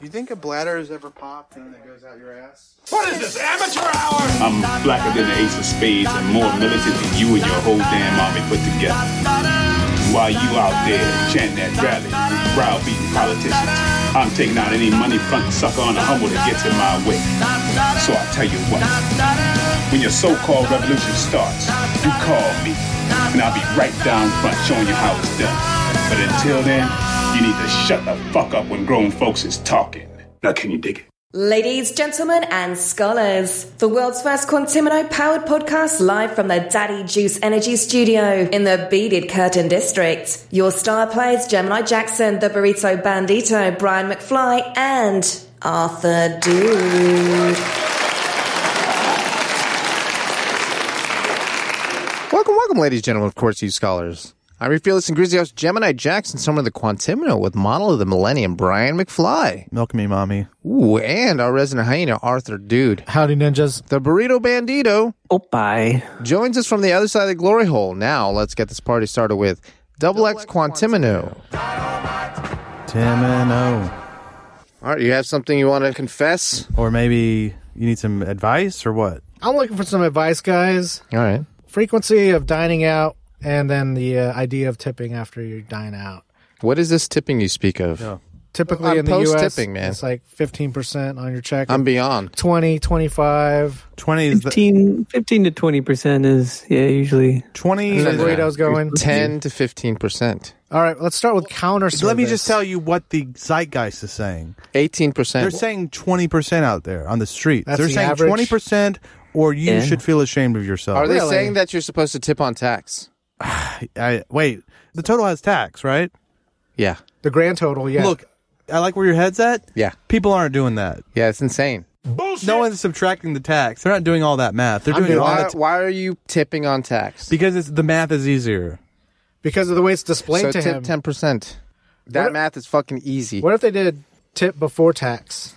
You think a bladder has ever popped and then it goes out your ass? What is this, amateur hour? I'm blacker than the ace of spades and more militant than you and your whole damn army put together. While you out there chanting at rallies, browbeating politicians, I'm taking out any money front sucker on the humble that gets in my way. So I tell you what, when your so-called revolution starts, you call me, and I'll be right down front showing you how it's done. But until then, you need to shut the fuck up when grown folks is talking. Now can you dig it? Ladies, gentlemen, and scholars, the world's first Quantimino powered podcast live from the Daddy Juice Energy Studio in the Beaded Curtain District. Your star players Gemini Jackson, the Burrito Bandito, Brian McFly, and Arthur Dude. Welcome, welcome, ladies and gentlemen, of course, you scholars. I'm your fearless and grizzly host, Gemini Jackson, summer of the Quantimino, with model of the millennium, Brian McFly. Milk me, mommy. Ooh, and our resident hyena, Arthur Dude. Howdy, ninjas. The burrito bandito Oh, bye. joins us from the other side of the glory hole. Now, let's get this party started with Double X Quantimino. Tim and O. All right, you have something you want to confess? Or maybe you need some advice or what? I'm looking for some advice, guys. All right. Frequency of dining out, and then the uh, idea of tipping after you dine out. What is this tipping you speak of? Typically I'm in the U.S., post-tipping, man. it's like 15% on your check. I'm beyond. 20, 25. 20 is the, 15, 15 to 20 percent is yeah usually 20 Where is- the burrito's going. 10 to 15%. All right, let's start with counter service. Let me just tell you what the zeitgeist is saying. 18%. They're saying 20% out there on the street. That's They're the saying average? 20% or you Yeah. should feel ashamed of yourself. Are they Really? saying that you're supposed to tip on tax? I, wait, the total has tax, right? Yeah. the grand total. Yeah, Look, I like where your head's at. Yeah. People aren't doing that. Yeah, it's insane. Bullshit. No one's subtracting the tax. They're not doing all that math. They're I doing mean, it all why, that why are you tipping on tax? because it's, the math is easier. because of the way it's displayed so to tip him. 10%. That What- math is fucking easy. What if they did tip before tax?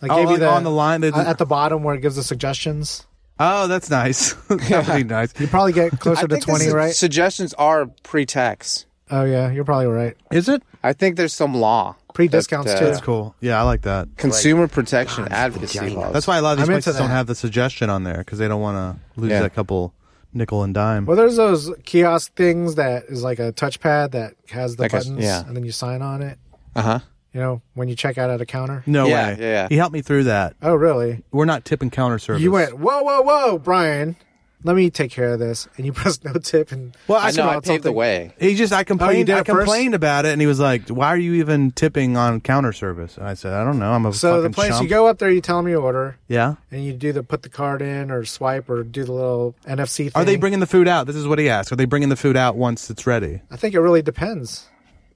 Like Oh, gave you on- the, on the line, they- at the bottom where it gives the suggestions. Oh, that's nice. That's pretty nice. You probably get closer to think this twenty, is- right? Suggestions are pre-tax. Oh yeah, you're probably right. Is it? I think there's some law. uh, Pre-discounts, too. That's cool. Yeah, I like that. Consumer protection advocacy laws. That's why a lot of these I'm into places don't that. have the suggestion on there because they don't want to lose Yeah. that couple nickel and dime. Well, there's those kiosk things that is like a touchpad that has the Like a- buttons, yeah. and then you sign on it. Uh-huh. You know, when you check out at a counter. No Yeah, way. yeah, yeah. He helped me through that. Oh, really? We're not tip and counter service. You went, whoa, whoa, whoa, Brian. Let me take care of this, and you pressed no tip, and Well, I, I, know, I paved something. the way. He just I Oh, you complained. did I it first? complained about it, and he was like, "Why are you even tipping on counter service?" And I said, "I don't know. I'm a so fucking the place chump." you go up there, you tell them your order, Yeah. and you do the put the card in or swipe or do the little NFC. Thing. Are they bringing the food out? This is what he asked. Are they bringing the food out once it's ready? I think it really depends.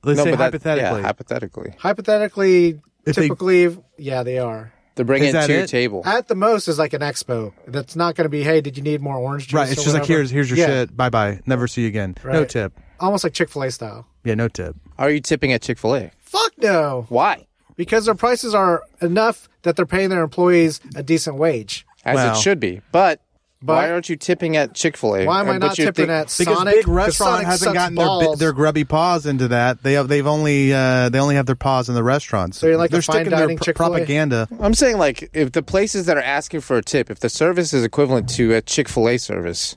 Let's say but that- hypothetically. yeah, hypothetically. Hypothetically, If they- typically, yeah, they are. They're bringing Is it that to your it? table. At the most is like an expo. That's not going to be, hey, did you need more orange juice? right. or It's just like whatever? here's here's your Yeah, shit. Bye bye. Never see you again. No Right. tip. Almost like Chick Fil A style. Yeah. No tip. Are you tipping at Chick-fil-A? Fuck no, Why? because their prices are enough that they're paying their employees a decent wage. As Wow. it should be. But, why But- aren't you tipping at Chick-fil-A? Why am I And- but not you tipping think- at Because Sonic? big restaurant Sonic hasn't sucks gotten their bi- balls. their grubby paws into that. They have, they've only uh, they only have their paws in the restaurants. So you're like they're a fine sticking their dining Chick-fil-A? propaganda. I'm saying like if the places that are asking for a tip, if the service is equivalent to a Chick Fil A service,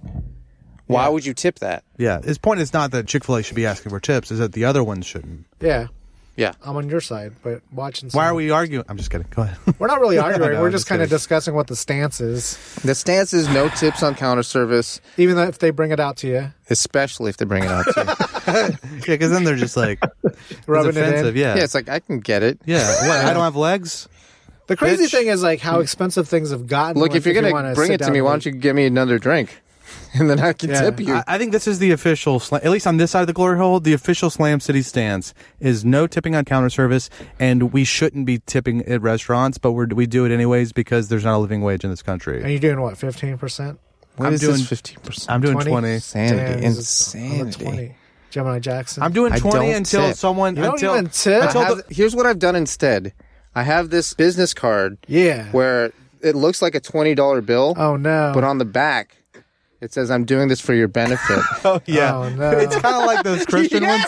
why would you tip that? Yeah, his point is not that Chick Fil A should be asking for tips; is that the other ones shouldn't. Yeah, Yeah, I'm on your side, but watching. Why some- are we arguing? I'm just kidding. Go ahead. We're not really arguing. No, We're I'm just just kind of kidding. discussing what the stance is, the stance is no tips on counter service, even though if they bring it out to you, especially if they bring it out to you. yeah, because then they're just like it's rubbing it in. offensive. Yeah, Yeah, it's like I can get it. yeah. What, I don't have legs. The crazy Bitch. thing is like how expensive things have gotten. Look, like, if you're you gonna wanna bring sit it to down me, and why eat. don't you give me another drink, and then I can Yeah. tip you. I, I think this is the official, sla- at least on this side of the glory hole, the official Slam City stance is no tipping on counter service, and we shouldn't be tipping at restaurants, but we're, we do it anyways because there's not a living wage in this And country. you're doing what, fifteen percent? What I'm is doing- this fifteen percent? I'm doing 20? 20. Insanity, insanity. Gemini Jackson. I'm doing I 20 don't until tip. someone. You don't until, even tip? until I have- the- here's what I've done instead. I have this business card yeah. where it looks like a twenty dollar bill, oh no. but on the back It says, I'm doing this for your benefit. Oh yeah, Oh, no. it's kind of like those Christian ones.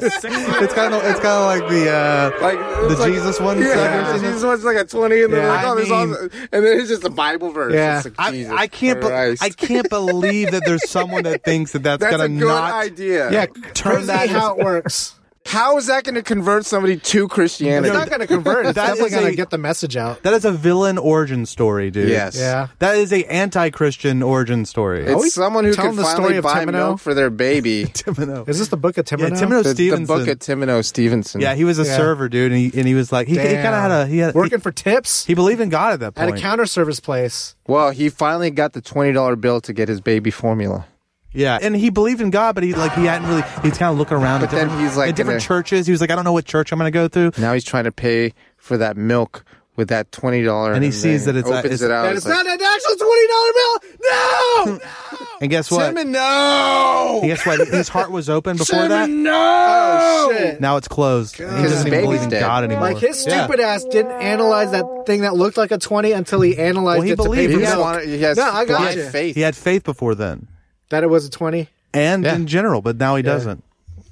It's kind of it's kind of like the uh, like the Jesus one. Yeah, suckers. the Jesus one's like a 20, and they're Yeah, like, I oh, there's mean- also. And then it's just a Bible verse. Yeah. It's like, I, Jesus I can't be- Christ. I can't believe that there's someone that thinks that that's, That's gonna a good not idea. Yeah, turn turn that- that how it works. How is that going to convert somebody to Christianity? It's not going to convert. It's That definitely is a- going to get the message out. That is a villain origin story, dude. Yes. Yeah. That is a anti-Christian origin story. It's Always someone who tell can them the finally story of buy Timon. milk for their baby. Timino. Is this the book of Yeah, Timon? Timino the, the Stevenson. book of Timino Stevenson. yeah, he was a Yeah. server, dude, and he, and he was like he, he kind of had a he had working he, for tips he believed in God at that at point. a counter service place. Well, he finally got the twenty dollar bill to get his baby formula. yeah, and he believed in God, but he like he hadn't really. He's kind of looking around. But at then different- he's, like, at different gonna- churches. He was like, I don't know what church I'm going to go through. Now he's trying to pay for that milk with that twenty dollar, And he sees that it's- opens it's- it out. And it's it's like, not an actual twenty dollar bill. No. Hmm. And guess what? Timon, no, And guess what? His heart was open before that. Timon, no. Oh shit. Now it's closed. He His doesn't even baby's believe in dead. God anymore. Like his Yeah. stupid ass didn't analyze that thing that looked like a twenty until he analyzed Well, he it to pay believed He for it. just No. milk. wanted. He has No, I got blind you. faith. He had faith before then, that it was a twenty. and Yeah. in general, but now he doesn't.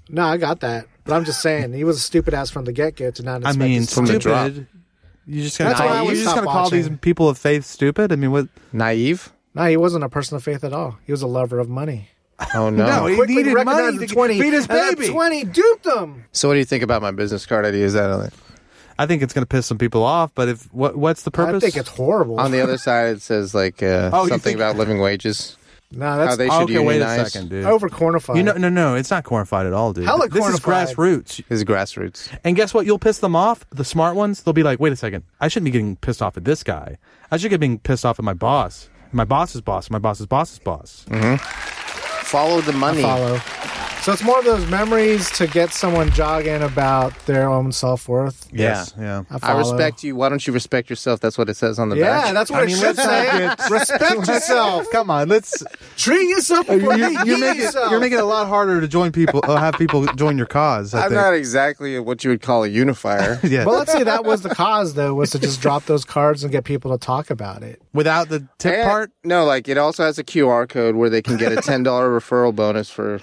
No, I got that. But I'm just saying he was a stupid ass from the get go to not. I Expect mean, this. from the drop. stupid. You just gonna That's why I call, you would just stop gonna call these watching. people of faith stupid? I mean, what? Naive. no, he wasn't a person of faith at all. He was a lover of money. Oh no. he Quickly needed recognized money the to 20, feed his and that baby. Twenty duped him. So what do you think about my business card idea? Is that on the, I think it's gonna piss some people off. But if what what's the purpose? I think it's horrible. on the other side? It says like uh, Oh, you something think- about living wages. no, How that's they should okay. Wait a unionize. second, dude. over quantified. You know, no, no, it's not cornified at all, dude. Hella this is cornified. grassroots. His grassroots. And guess what? You'll piss them off. The smart ones, they'll be like, "Wait a second, I shouldn't be getting pissed off at this guy. I should get being pissed off at my boss, my boss's boss, my boss's boss's boss." Mm, Follow the money. follow. So it's more of those memories to get someone jogging about their own self worth. Yes, yeah. I respect you. Why don't you respect yourself? That's what it says on the Yeah, back. that's what I I mean, should let's not say. get- respect yourself. Come on, let's. Treat yourself. You're, before you you're, kill making, yourself. you're making it a lot harder to join people, uh, have people join your cause. I I'm think. not exactly what you would call a unifier. yeah, Well, let's say that was the cause, though, was to just drop those cards and get people to talk about it. without the tip And- part, No, like it also has a QR code where they can get a ten dollar referral bonus for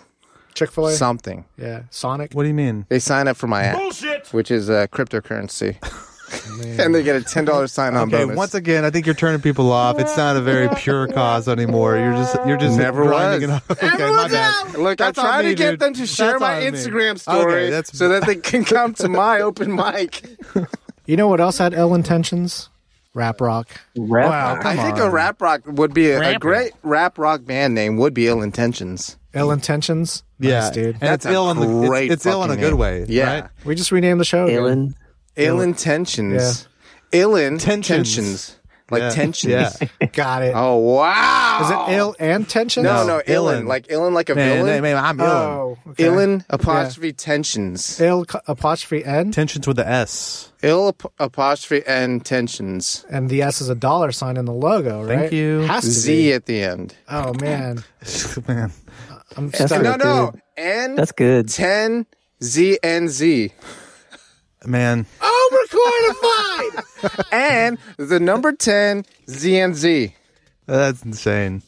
Chick Fil A. something. yeah, Sonic. What do you mean? They sign up for my app, Bullshit. which is uh, cryptocurrency, and they get a ten dollar sign on Okay, bonus. once again, I think you're turning people off. It's not a very pure cause anymore. You're just you're just Never grinding was. It up. Okay, my bad. Look, That's I on try me, to get dude. them to share That's my on me. Instagram story Okay, that's- so that they can come to my open mic. You know what else had L intentions? Rap rock. Wow, I think a rap rock would be a, a great rap rock band name would be Ill Intentions. Ill intentions. yeah, nice, dude. And it's a ill in the great it's, it's ill in a fucking good name. way. Yeah. right? we just renamed the show. again. Dylan. Ill intentions. Ill Tensions. intentions. Like Yeah. tensions. Yeah. Got it. Is Oh wow. it ill and tensions? No, no, Illin. Illin. Like Illin like a Man, villain. man, I'm ill. Oh, okay. Illin apostrophe tensions. Ill co- apostrophe N. Tensions with the S. Ill ap- apostrophe and tensions. and the S is a dollar sign in the logo, right? Thank you. Has to Z be. at the end. Oh man, Man, I'm That's stuck. good, No, no. dude. N That's good. ten Z and Z. man. Oh, we're quantified. And the number ten Z and Z. That's insane.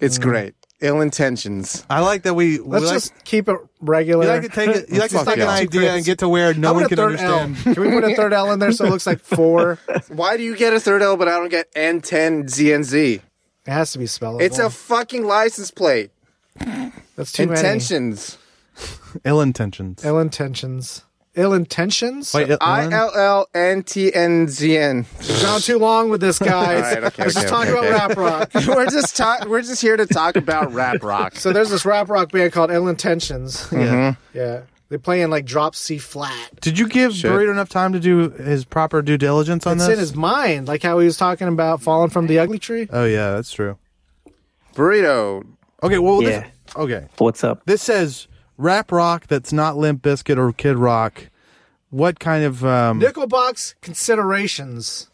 It's great. Ill intentions. I like that we. we Let's like, just keep it regular. you like to take it. You like to Fuck take an yeah. idea and get to where How no about one a can third understand. L? Can we put a third L in there so it looks like four? It Why do you get a third L but I don't get N ten Z and Z? has to be spellable. It's a fucking license plate. that's too Intentions. Ill intentions. many. Ill intentions. Ill intentions. Wait, I Ellen? L L N T N Z N. Gone too long with this, guys. All right, okay, Let's okay, just talk okay, about okay. rap rock. We're just ta- we're just here to talk about rap rock. So there's this rap rock band called Ill Intentions. Yeah. yeah, they play in like drop C flat. Did you give Burrito enough time to do his proper due diligence on It's this? in his mind, like how he was talking about falling from the ugly tree. oh yeah, that's true. Burrito. Okay, well, Yeah. this, okay. What's up? This says rap rock that's not Limp Biscuit or Kid Rock. What kind of um, Nickelbox considerations.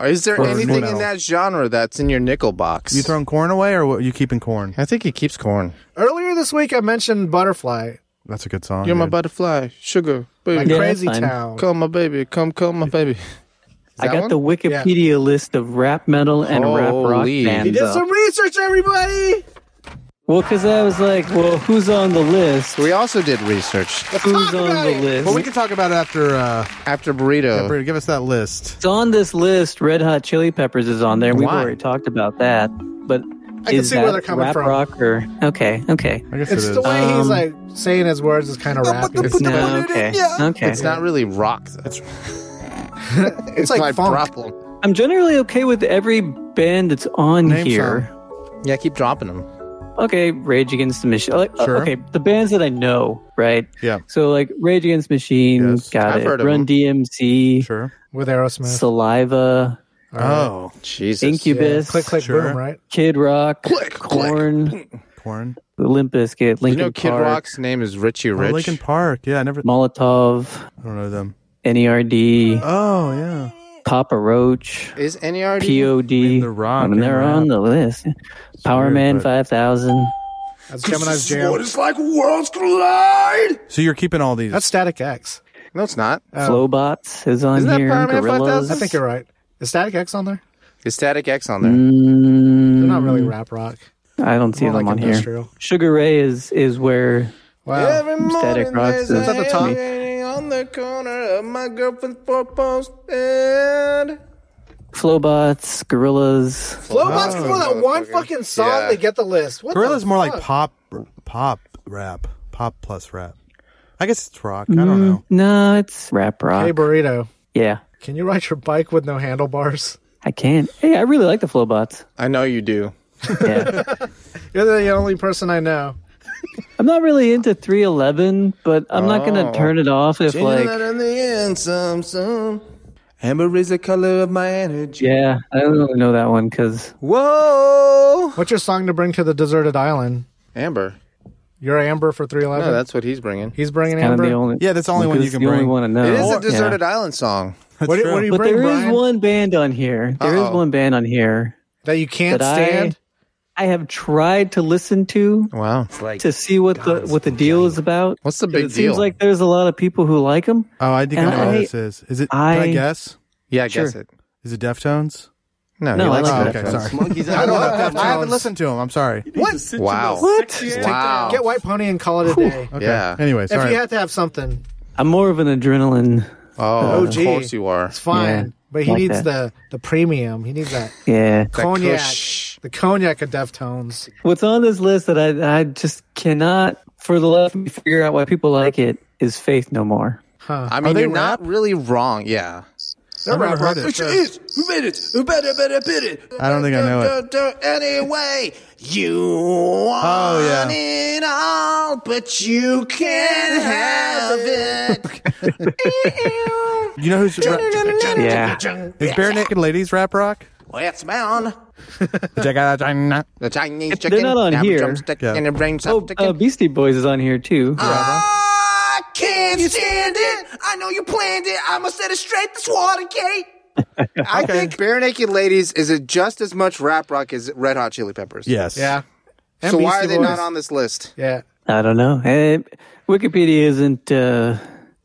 Is there Or anything Nuno. in that genre that's in your nickel box? you throwing corn away or what, you keeping corn? I think he keeps corn. Earlier this week, I mentioned Butterfly, That's a good song. You're my dude. butterfly, sugar, like baby. Yeah, Crazy that's fine. Town. Call my baby, come call my baby. That I got one? the Wikipedia list of rap metal and rap rock Holy. He bands. did some research, everybody. Well, because I was like, well, who's on the list? We also did research Who's on about the it. list? Well, we can talk about it after. Uh, after burrito. Brady, give us that list. It's on this list. Red Hot Chili Peppers is on there. We've Why? already talked about that. But I can is see that where they're coming rap from. rock or okay, okay. I guess It's it the is. Uh, way he's Um, like saying his words is kind of rapping. It's, No, okay, okay. It's not really rock. That's it's like my funk. problem. I'm generally okay with every band that's on Name here. Yeah, keep dropping them. Okay, Rage Against the Machine. Like, uh, Sure. Okay, the bands that I know, right? Yeah. So like Rage Against the Machine, Yes. got I've it. heard of Run them. DMC, Sure. with Aerosmith. Saliva, Oh, Jesus. Yeah. Incubus, Click, click, Sure. boom, right? Kid Rock, Click, Corn, corn. Limp Bizkit, You Linkin know, Kid Park, Rock's name is Richie Oh, Rich. Lincoln Park. Yeah, I never. Molotov, I don't know them. NERD, Oh yeah. Papa Roach, is E NERD? POD. the rock I mean, and they're rap. on the list. Power weird, Man but- 5000. That's Gemini's jam. it's like worlds collide. So you're keeping all these. That's Static X. No, it's not. Flowbots is on Oh. Isn't that here. Power Man 5000? Gorillas. Mm-hmm. I think you're right. Is Static X on there? Is Static X on there? They're Mm, not really rap rock. I don't see More them like on industrial. here. Sugar Ray is is where Wow. Static Rock is. at the top. hanging on the corner of my girlfriend's four-post bed. Flowbots, Gorillas. Flowbots for that one fucking song. Yeah. They get the list. What Gorilla's the more fuck? like pop, pop rap, pop plus rap. I guess it's rock. I Mm. don't know. No, it's rap rock. Hey burrito, yeah, can you ride your bike with no handlebars? I can. Hey, I really like the Flowbots. I know you do. Yeah, You're the only person I know. I'm not really into 311, but I'm not gonna turn it off if like. in the end, some, some. Amber is the color of my energy. Yeah, I don't really know that one because Whoa! What's your song to bring to the deserted island? Amber. You're Amber for 311. No, that's what he's bringing. He's bringing kind of Amber. the only. Yeah, that's the only one you it's can the bring. only one I know. It is Oh, Yeah. a deserted island song. what, do, true. what do you But bring, there is Brian? one band on here. There is Uh-oh. one band on here that you can't that I stand? I have tried to listen to Wow. to see what the what the deal is about. What's the It big deal? seems like there's a lot of people who like them. Oh, I think I And know what I- this is. Is it? can I I- guess? yeah, I Sure. guess it. Is it Deftones? No, No, he I likes it. like Oh, that. okay, Deftones. sorry. I love I haven't Deftones. listened to them. I'm sorry. What? Wow. What? Wow. Oh. Get White Pony and call it a day. Okay. Yeah. Anyway, If sorry. you had to have something, I'm more of an adrenaline. Oh, OG. of course you are. it's fine. Yeah, but he like needs that. the the premium. He needs that Yeah. That cognac. kush. The cognac of Deftones. What's on this list that I I just cannot for the life of me figure out why people like it is Faith No More. Huh. I mean, they you're not really wrong. Yeah. They're never rap heard rock. it. for sure. Who made it? Who better, better, better? I don't think I know it. uh, Anyway, you want Oh yeah. it all, but you can't have it. You know who's ra- Yeah. is Bare Naked Ladies rap rock? Let's bound. Check out. Yeah. The Chinese they're chicken. not on ham here- drumstick, Yeah. and a brain Oh, uh, Beastie Boys is on here too. Uh. I can't stand it. I know you planned it. I'ma set it straight. This Watergate. I think Bare Naked Ladies is just as much rap rock as Red Hot Chili Peppers. Yes. Yeah. And So why Beastie are they Boys. not on this list? Yeah. I don't know. Eh, Wikipedia isn't. Uh,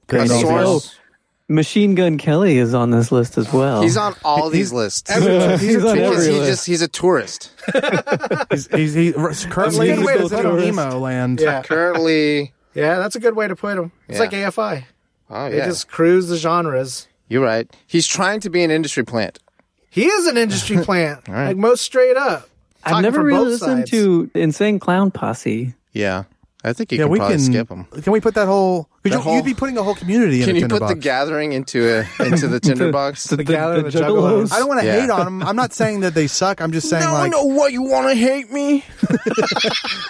A Great source. Machine Gun Kelly is on this list as well. Oh. He's on all these lists. He's on Because every he's list. just he's a tourist. He's, he's, he, currently That's a good he's way to built put in it. emo land. Yeah. Currently Yeah, that's a good way to put them. It's Yeah. like AFI. Oh They yeah. just cruise the genres. You're right. He's trying to be an industry plant. He is an industry plant, like most straight up. I've Talking never from really both listened sides. to Insane Clown Posse. Yeah. I think you Yeah, can we probably can skip him. Can we put that whole? Could That you, whole- you'd be putting a whole community in Can a you put the tinderbox. gathering into a into the tinderbox? The, Gathering the the Juggalos. I don't want to Yeah. hate on them. I'm not saying that they suck. I'm just saying like what you want to hate me.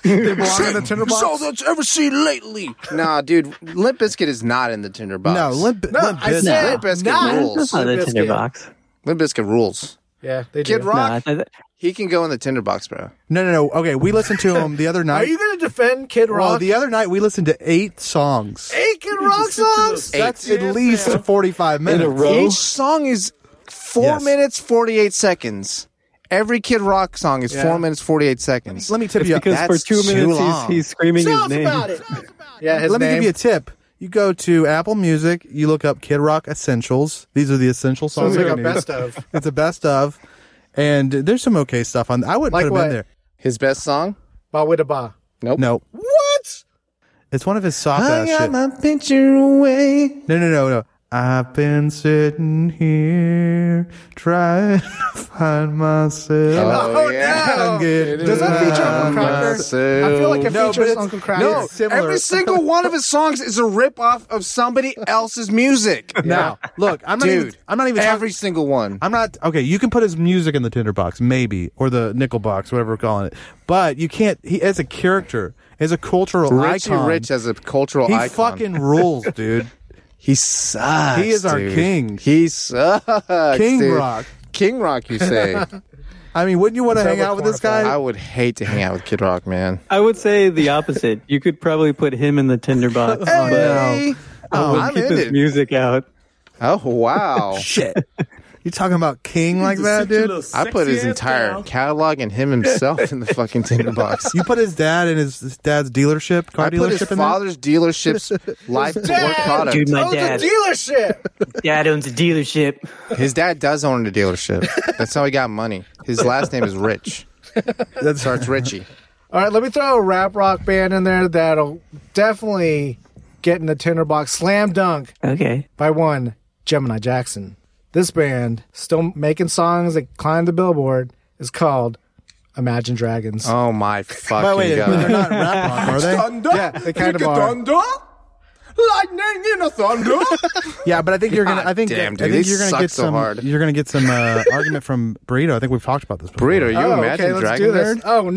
they belong in the tinderbox. that's ever seen lately. nah, dude, Limp Bizkit is not in the tinderbox. no, Limp, No, Limp I Bizkit. said- Limp Bizkit Nah. That's rules. not a Biscuit. tinderbox. Limp Bizkit rules. Yeah, they do. Kid Rock, Nah, I- he can go in the tinderbox, bro. no, no, no. Okay, we listened to him the other night. Are you going to defend Kid Rock? well, the other night we listened to eight songs. Eight Kid Rock songs? That's at least 45 minutes. Each song is four Yes. minutes forty eight seconds. Every Kid Rock song is four minutes forty eight seconds. Let me tip you. because That's for two too minutes long. he's, he's screaming Tell us his name. about it. Yeah, his Let me name. give you a tip. You go to Apple Music, you look up Kid Rock Essentials. These are the essential songs. it's like that a you best need. of. It's a best of, and there's some okay stuff on. I wouldn't Like put them in what? there. His best song? Ba with a ba. Nope. No, What? it's one of his soft I ass got shit. my picture away. No, no, no, no. I've been sitting here trying to find myself. Oh, yeah. I'm getting Does that feature around Uncle Cracker? I feel like it No, but features it's- Uncle Cracker. no, it's similar. Every single one of his songs is a ripoff of somebody else's music. Now, look, I'm not Dude, even. I'm not even. talking- every single one. I'm not okay. You can put his music in the tinder box, maybe, or the nickel box, whatever we're calling it. But you can't. He as a character, as a cultural Richie icon, Rich as a cultural he icon. fucking rules, dude. he sucks. He is our dude. king. He sucks. King dude. Rock. King Rock, you say? I mean, wouldn't you want to hang out with this guy? I would hate to hang out with Kid Rock, man. I would say the opposite. You could probably put him in the tinderbox, but Hey! Oh, I I'm would keep in his it. music out. Oh wow! Shit, you talking about king like that, dude? I put his entire catalog and him himself in the fucking tinderbox. You put his dad and his, his dad's dealership, car I dealership put his in there? father's dealership's life to work product. Dude, my Owns a dad. dealership. Dad owns a dealership. His dad does own a dealership. That's how he got money. His last name is Rich. That starts Richie. All right, let me throw a rap rock band in there that'll definitely get in the tinderbox. Slam dunk Okay. by one Gemini Jackson. This band, still making songs that climb the billboard, is called Imagine Dragons. Oh my fucking But wait, they're god! not rap rock, are they? Thunder? Yeah, they kind of Kick a are. Thunder? Lightning in a thunder? Yeah, but I think you're gonna. I think damn, I dude, think they you're gonna suck get so some. hard. You're gonna get some uh, argument from burrito. I think we've talked about this. Before. Burrito, you Oh, imagine okay, let's Dragon do this. Nerd? Oh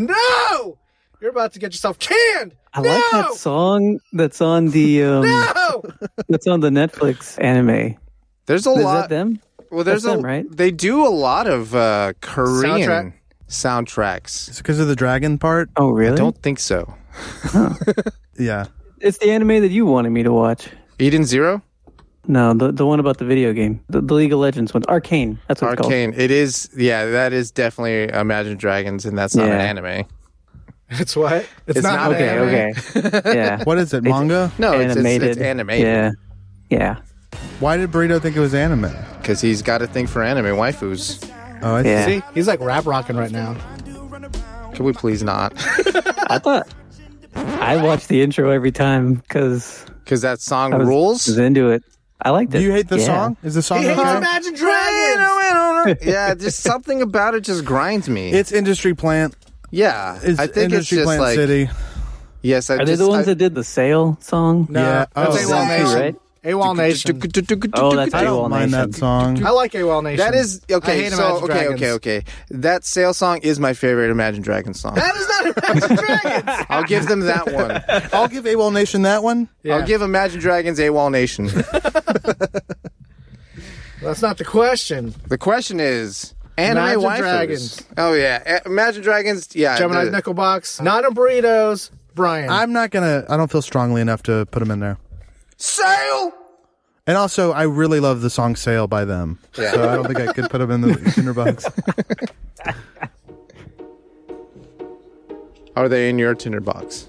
no! You're about to get yourself canned. I no! like that song that's on the um, No! that's on the Netflix anime. The's a Is that lot. them? Well, there's That's a. them, right? They do a lot of uh, Korean Soundtrack? soundtracks. because of the dragon part. Oh, really? Don't think so. Yeah, It's the anime that you wanted me to watch. Eden Zero, No, the the one about the video game, the, the League of Legends one, Arcane. That's what it's called. Arcane. It is. Yeah, that is definitely Imagine Dragons, and that's not Yeah. an anime. It's what? It's, not- an Okay, anime. Okay, okay, yeah, what is it? Manga? No, it's, it's, it's animated. animated. Yeah, yeah. Why did burrito think it was anime? because he's got a thing for anime waifus. Oh, I Yeah. see. See, he's like rap rocking right now. Can we please not? I thought I watch the intro every time because Because that song I was, rules. was into it. I liked Do it. you hate the Yeah. song? Is the song He hates okay? Imagine Dragons. yeah, just something about it just grinds me. It's industry plant. yeah, It's I think it's industry just plant like city. yes. I Are they just, the ones I, that did the Sale song? No, Yeah. that's Oh. AWOL Same Nation. right? AWOL Nation. Oh, that's I don't AWOL mind Nation. that song. I like AWOL Nation. that is okay. I hate so Imagine okay, Dragons. okay, okay. That sale song is my favorite Imagine Dragons song. That is not Imagine Dragons. I'll give them that one. I'll give AWOL Nation that one. I'll give Imagine Dragons a wall nation. That's not the question. the question is anime Imagine waifus. Dragons. Oh yeah, A- Imagine Dragons. Yeah, Gemini's the- Nickel Box. Not in burritos. Brian. I'm not gonna. I don't feel strongly enough to put them in there. sale. And also, I really love the song "Sail" by them. So I don't think I could put them in the tinderbox. Are they in your tinderbox?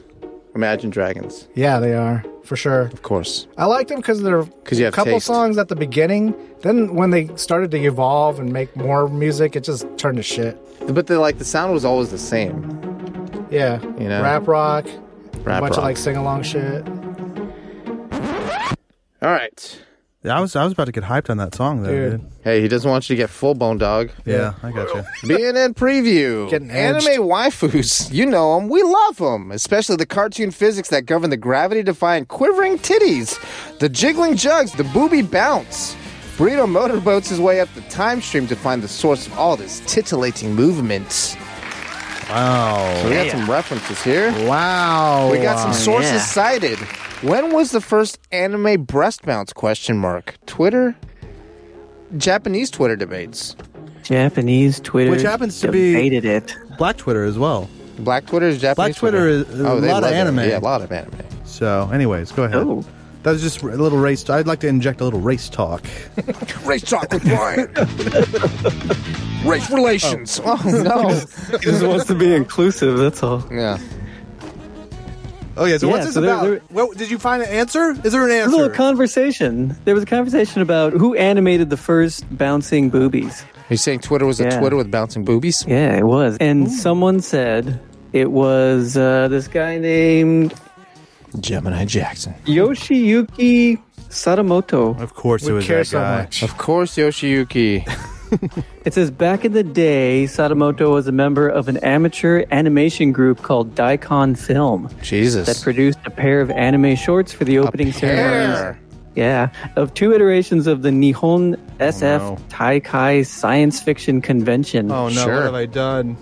Imagine Dragons, yeah, they are. For sure. of course. I like them because they're 'Cause you a have couple taste. songs at the beginning. Then when they started to evolve and make more music, it just turned to shit. But the like the sound was always the same. Yeah, You know? rap rock, a Rap bunch rock. of like sing along shit. All right. Yeah, I was I was about to get hyped on that song though, Dude. dude. Hey, he doesn't want you to get full bone dog. Yeah, I got you. Being in preview, Getting edged. anime waifus, you know them, we love them, especially the cartoon physics that govern the gravity-defying quivering titties, the jiggling jugs, the booby bounce. Burrito motorboats his way up the time stream to find the source of all this titillating movement. Wow. We got some references here. Wow. We got some sources yeah. cited. When was the first anime breast bounce? Question mark. Twitter, Japanese Twitter debates. Japanese Twitter, Which happens to be- debated it. Black Twitter as well. Black Twitter is Japanese. Oh, Black Twitter is a they lot of love it. anime. Yeah, a lot of anime. So, anyways, go ahead. Oh. That was just a little race. I'd like to inject a little race talk. Race talk with Brian. Race relations. Oh, no. He just wants to be inclusive. That's all. yeah. Oh yeah. So Yeah, what's this so they're- about? they're- Well, did you find an answer? Is there an There was a answer? little conversation. There was a conversation about who animated the first bouncing boobies. Are you saying Twitter was a Yeah. Twitter with bouncing boobies? Yeah, it was. And someone said it was uh, this guy named Gemini Jackson. Yoshiyuki Sadamoto. of course, it We was care that so guy. much. Of course, Yoshiyuki. It says back in the day, Sadamoto was a member of an amateur animation group called Daikon Film that Jesus. produced a pair of anime shorts for the opening ceremonies. Hair. Yeah, of two iterations of the Nihon SF Oh, no. Taikai Science Fiction Convention. Oh no! Sure. What have I done?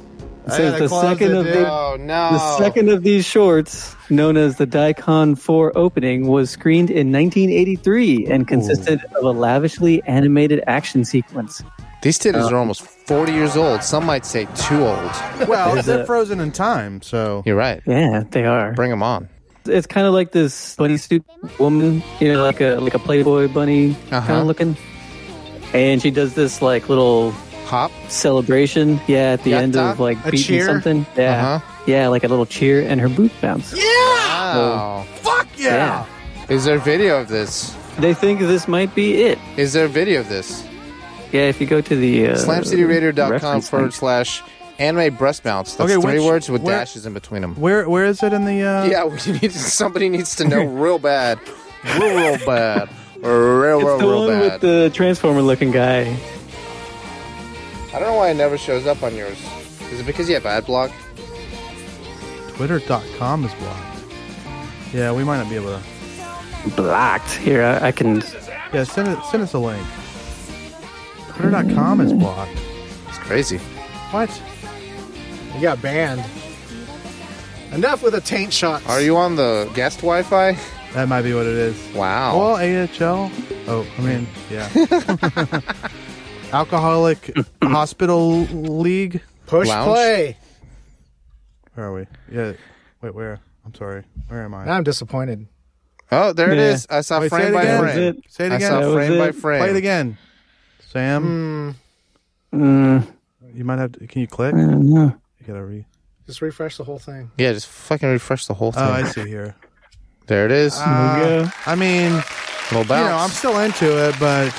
I says had a the closet, second of dude. the- Oh no. The second of these shorts, known as the Daikon 4 opening, was screened in 1983 and consisted of a lavishly animated action sequence. These titties Oh. are almost 40 years old. Some might say too old. Well, they're a- frozen in time, so You're right. Yeah, they are. Bring them on. It's kind of like this bunny suit woman, you know, like a like a Playboy bunny kind Uh-huh. of looking, and she does this like little Hop. celebration. Yeah, at the end Yatta? of like A beating cheer? something. Yeah, Uh-huh. yeah, like a little cheer, and her boot bounce. Wow. fuck yeah. Is there video of this? They think this might be it. Is there video of this? Yeah, if you go to the uh, SlamCityRadio.com reference forward link. slash anime breast bounce. That's Okay, three which- words with where- dashes in between them. Where where is it in the? Uh, Yeah, we need, somebody needs to know real bad. Real, real bad. Real, real, It's the real one bad. with the transformer looking guy. I don't know why it never shows up on yours. Is it because you have ad block? Twitter.com is blocked. Yeah, we might not be able to. Blocked. Here, I, I can. Yeah, send it, send us a link. Twitter.com is blocked. It's crazy. What? You got banned. Enough with the taint shots. Are you on the guest Wi Fi? That might be what it is. Wow. Well, AHL. Oh, I mean, yeah. Alcoholic Hospital League. Push Lounge? play. Where are we? Yeah. Wait, where? I'm sorry. Where am I? Now I'm disappointed. oh, there it Yeah. is. I saw Wait, say frame it by again. frame. That's it. Say it I again. saw That was frame by it. frame. Play it again. Sam, you might have to. Can you click? You gotta re. Just refresh the whole thing. Yeah, just fucking refresh the whole thing. Oh, I see here. there it is. Uh, I mean, Little you know, I'm bounce. still into it, but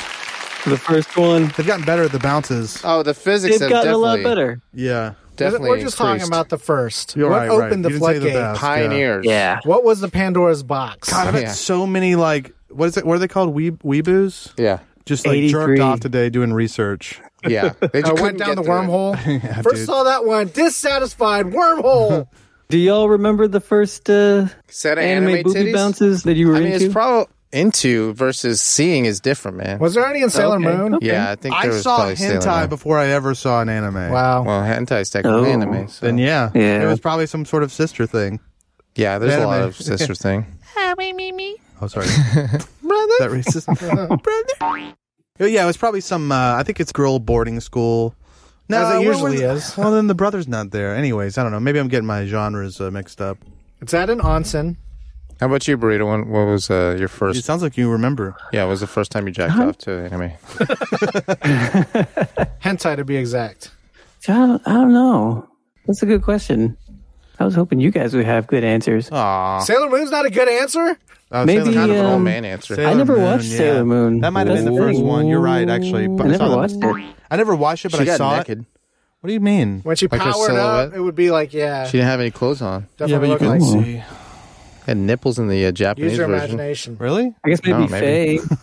The first one. they've gotten better at the bounces. oh, the physics It's have gotten definitely, a lot better. Yeah. Definitely We're just talking increased. about the 1st You're what right, right. You opened the didn't say the floodgate? best. pioneers. What was the Pandora's box? God, I've had Yeah. so many like what is it? What are they called? Weeb weeboos? Yeah. Just like 83. jerked off today doing research. Yeah. They I just went couldn't down get the through it. wormhole. First dude. saw that one dissatisfied wormhole. Do y'all remember the first uh, Set of anime, anime, booby titties? bounces that you were I mean, into? it's probably into versus seeing is different, man. was there any in Sailor Okay. Moon? Okay. Yeah, I think I there was saw probably Sailor hentai Moon. before I ever saw an anime. Wow. Well, hentai is technically Oh. anime. So. Then yeah, Yeah. it was probably some sort of sister thing. yeah, there's a lot Anime. of sister thing. Oh, sorry, brother. that racist, brother. Yeah, it was probably some. Uh, I think it's girl boarding school. No, As it what usually was- is. Well, then the brother's not there. Anyways, I don't know. Maybe I'm getting my genres uh, mixed up. It's at an onsen. How about you, Burrito? When, what was uh, your It first? sounds like you remember. Yeah, it was the first time you jacked off to anime. Hentai to be exact. I, don't, I don't know. That's a good question. I was hoping you guys would have good answers. Oh, Aw, Sailor Moon's not a good answer? Oh, Maybe, Sailor Moon. Kind of an Um, old man answer. Sailor I never Moon, watched yeah. Sailor Moon. That might have That's been the the first thing. one. You're right, actually. But I saw never that- watched it. I never watched it, but she I got saw naked. it. What do you mean? When she Like her powered up, silhouette? it would be like, yeah, She didn't have any clothes on. definitely look like. see. Had nipples in the uh, Japanese Use your version. imagination. Really? I guess maybe, No, maybe. Faye.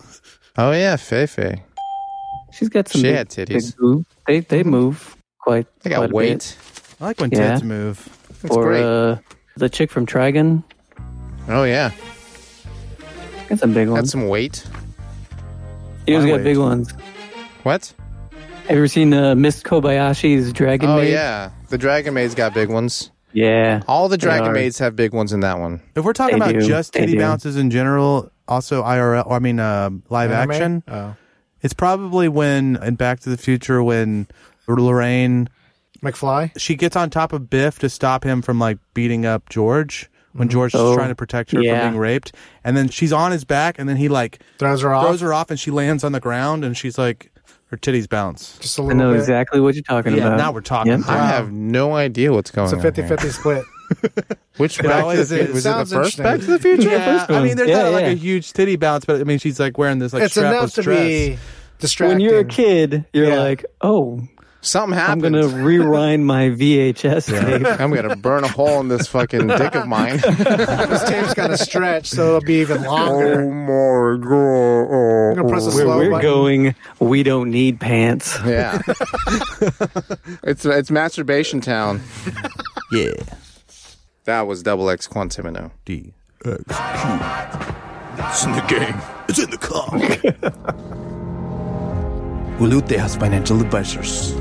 Oh yeah, Fei Fei. She's got some She big, had titties. Mm. big boob. They they move quite. They quite got a bit. weight. I like when Yeah. tits move. That's or great. Uh, the chick from Trigon. oh yeah, That's a big one. got some weight. You guys my got weight. big ones. What? Have you ever seen uh, Miss Kobayashi's Dragon Oh Maid? yeah, the dragon maids got big ones. Yeah. All the They dragon are. maids have big ones in that one. If we're talking They about do. just They titty do. bounces in general, also IRL, or I mean uh, live Anime? action, Oh. it's probably when in Back to the Future when Lorraine McFly? she gets on top of Biff to stop him from like beating up George Mm-hmm. when George is Oh, trying to protect her yeah. from being raped, and then she's on his back, and then he like Throws her off. throws her off, and she lands on the ground, and she's like her titties bounce. Just a I little know bit. exactly what you're talking Yeah, about. now we're talking. Yep. I have no idea what's going It's a on. 50 here. 50 split. Which It Back to always the Future- is. was it the Sounds first interesting. Back to the Future. Future? first I one. mean, there's Yeah, not like yeah. a huge titty bounce, but I mean, she's like wearing this like it's strapless enough to dress. be distracting. When you're a kid, you're Yeah. like, oh, Something happened. I'm going to rewind my VHS tape. I'm gonna burn a hole in this fucking dick of mine. this tape's got to stretch, so it'll be even longer. oh my god! I'm gonna press a Where Slow we're button. going, we don't need pants. Yeah, it's it's masturbation town. Yeah. That was double X Quantimino. D. It's in the game. It's in the car. Ulute has financial advisors.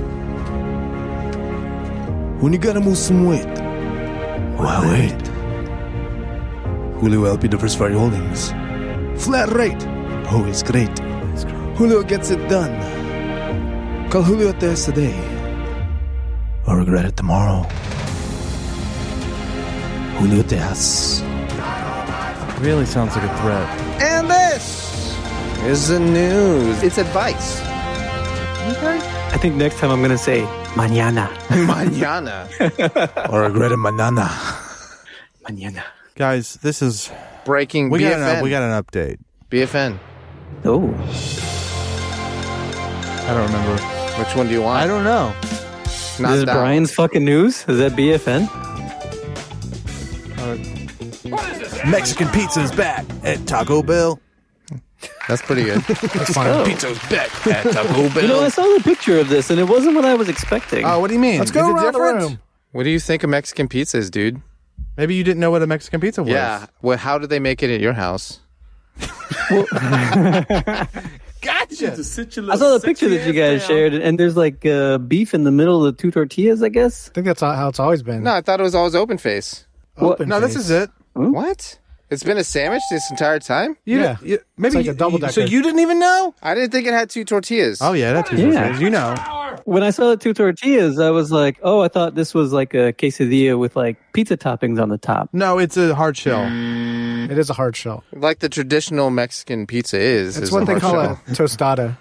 When you gotta move some weight. Why wait? Julio will be the first for holdings. Flat rate. Always great. Julio gets it done. Call Julio Test today. Or regret it tomorrow. Julio Tejas. Really sounds like a threat. And this is the news. It's advice. I think next time I'm going to say, mañana, Manana. Or regret it manana. mañana. Guys, this is Breaking we got, BFN. an, we got an update. BFN. Oh, I don't remember. Which one do you want? I don't know. Not this is that one. Brian's fucking news? Is that BFN? Mexican pizza is back at Taco Bell. That's pretty good. That's fine. Pizza's back at Taco You know, I saw the picture of this, and it wasn't what I was expecting. Oh, what do you mean? Let's go is it around different? the room. what do you think of Mexican pizza is, dude? Maybe you didn't know what a Mexican pizza was. Yeah. Well, how did they make it at your house? I saw the picture that you guys shared, and there's like uh, beef in the middle of the two tortillas, I guess. I think that's how it's always been. No, I thought it was always open face. Open No, this face. is it. Hmm? What? It's been a sandwich this entire time? You Yeah. di- you- maybe It's like you- a double you- So decker. you didn't even know? I didn't think it had two tortillas. Oh yeah, that's Yeah. yeah. You know. When I saw the two tortillas, I was like, oh, I thought this was like a quesadilla with like pizza toppings on the top. No, it's a hard shell. It is a hard shell. Like the traditional Mexican pizza is. It's is what a they hard call shell. a tostada,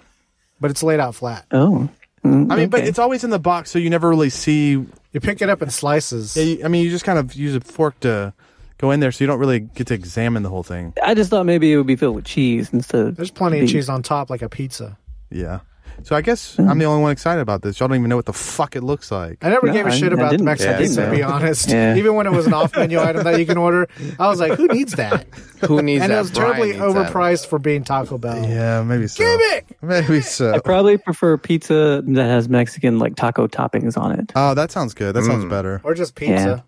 but it's laid out flat. Oh. Mm, I mean, but okay. it's always in the box, so you never really see. You pick it up in slices. yeah, you- I mean, you just kind of use a fork to go in there, so you don't really get to examine the whole thing. I just thought maybe it would be filled with cheese instead. of There's plenty of beef. cheese on top, like a pizza. Yeah. So I guess I'm the only one excited about this. Y'all don't even know what the fuck it looks like. I never No, gave a I- shit I about the didn't. Mexican Yeah, I pizza, to didn't be know. honest. Yeah. Even when it was an off-menu item that you can order, I was like, "Who needs that?" Who needs And that? it was terribly Brian needs that. overpriced for being Taco Bell. Yeah, maybe so. Gimmick! Maybe so. Probably prefer pizza that has Mexican like taco toppings on it. Oh, that sounds good. That Mm. sounds better. Or just pizza.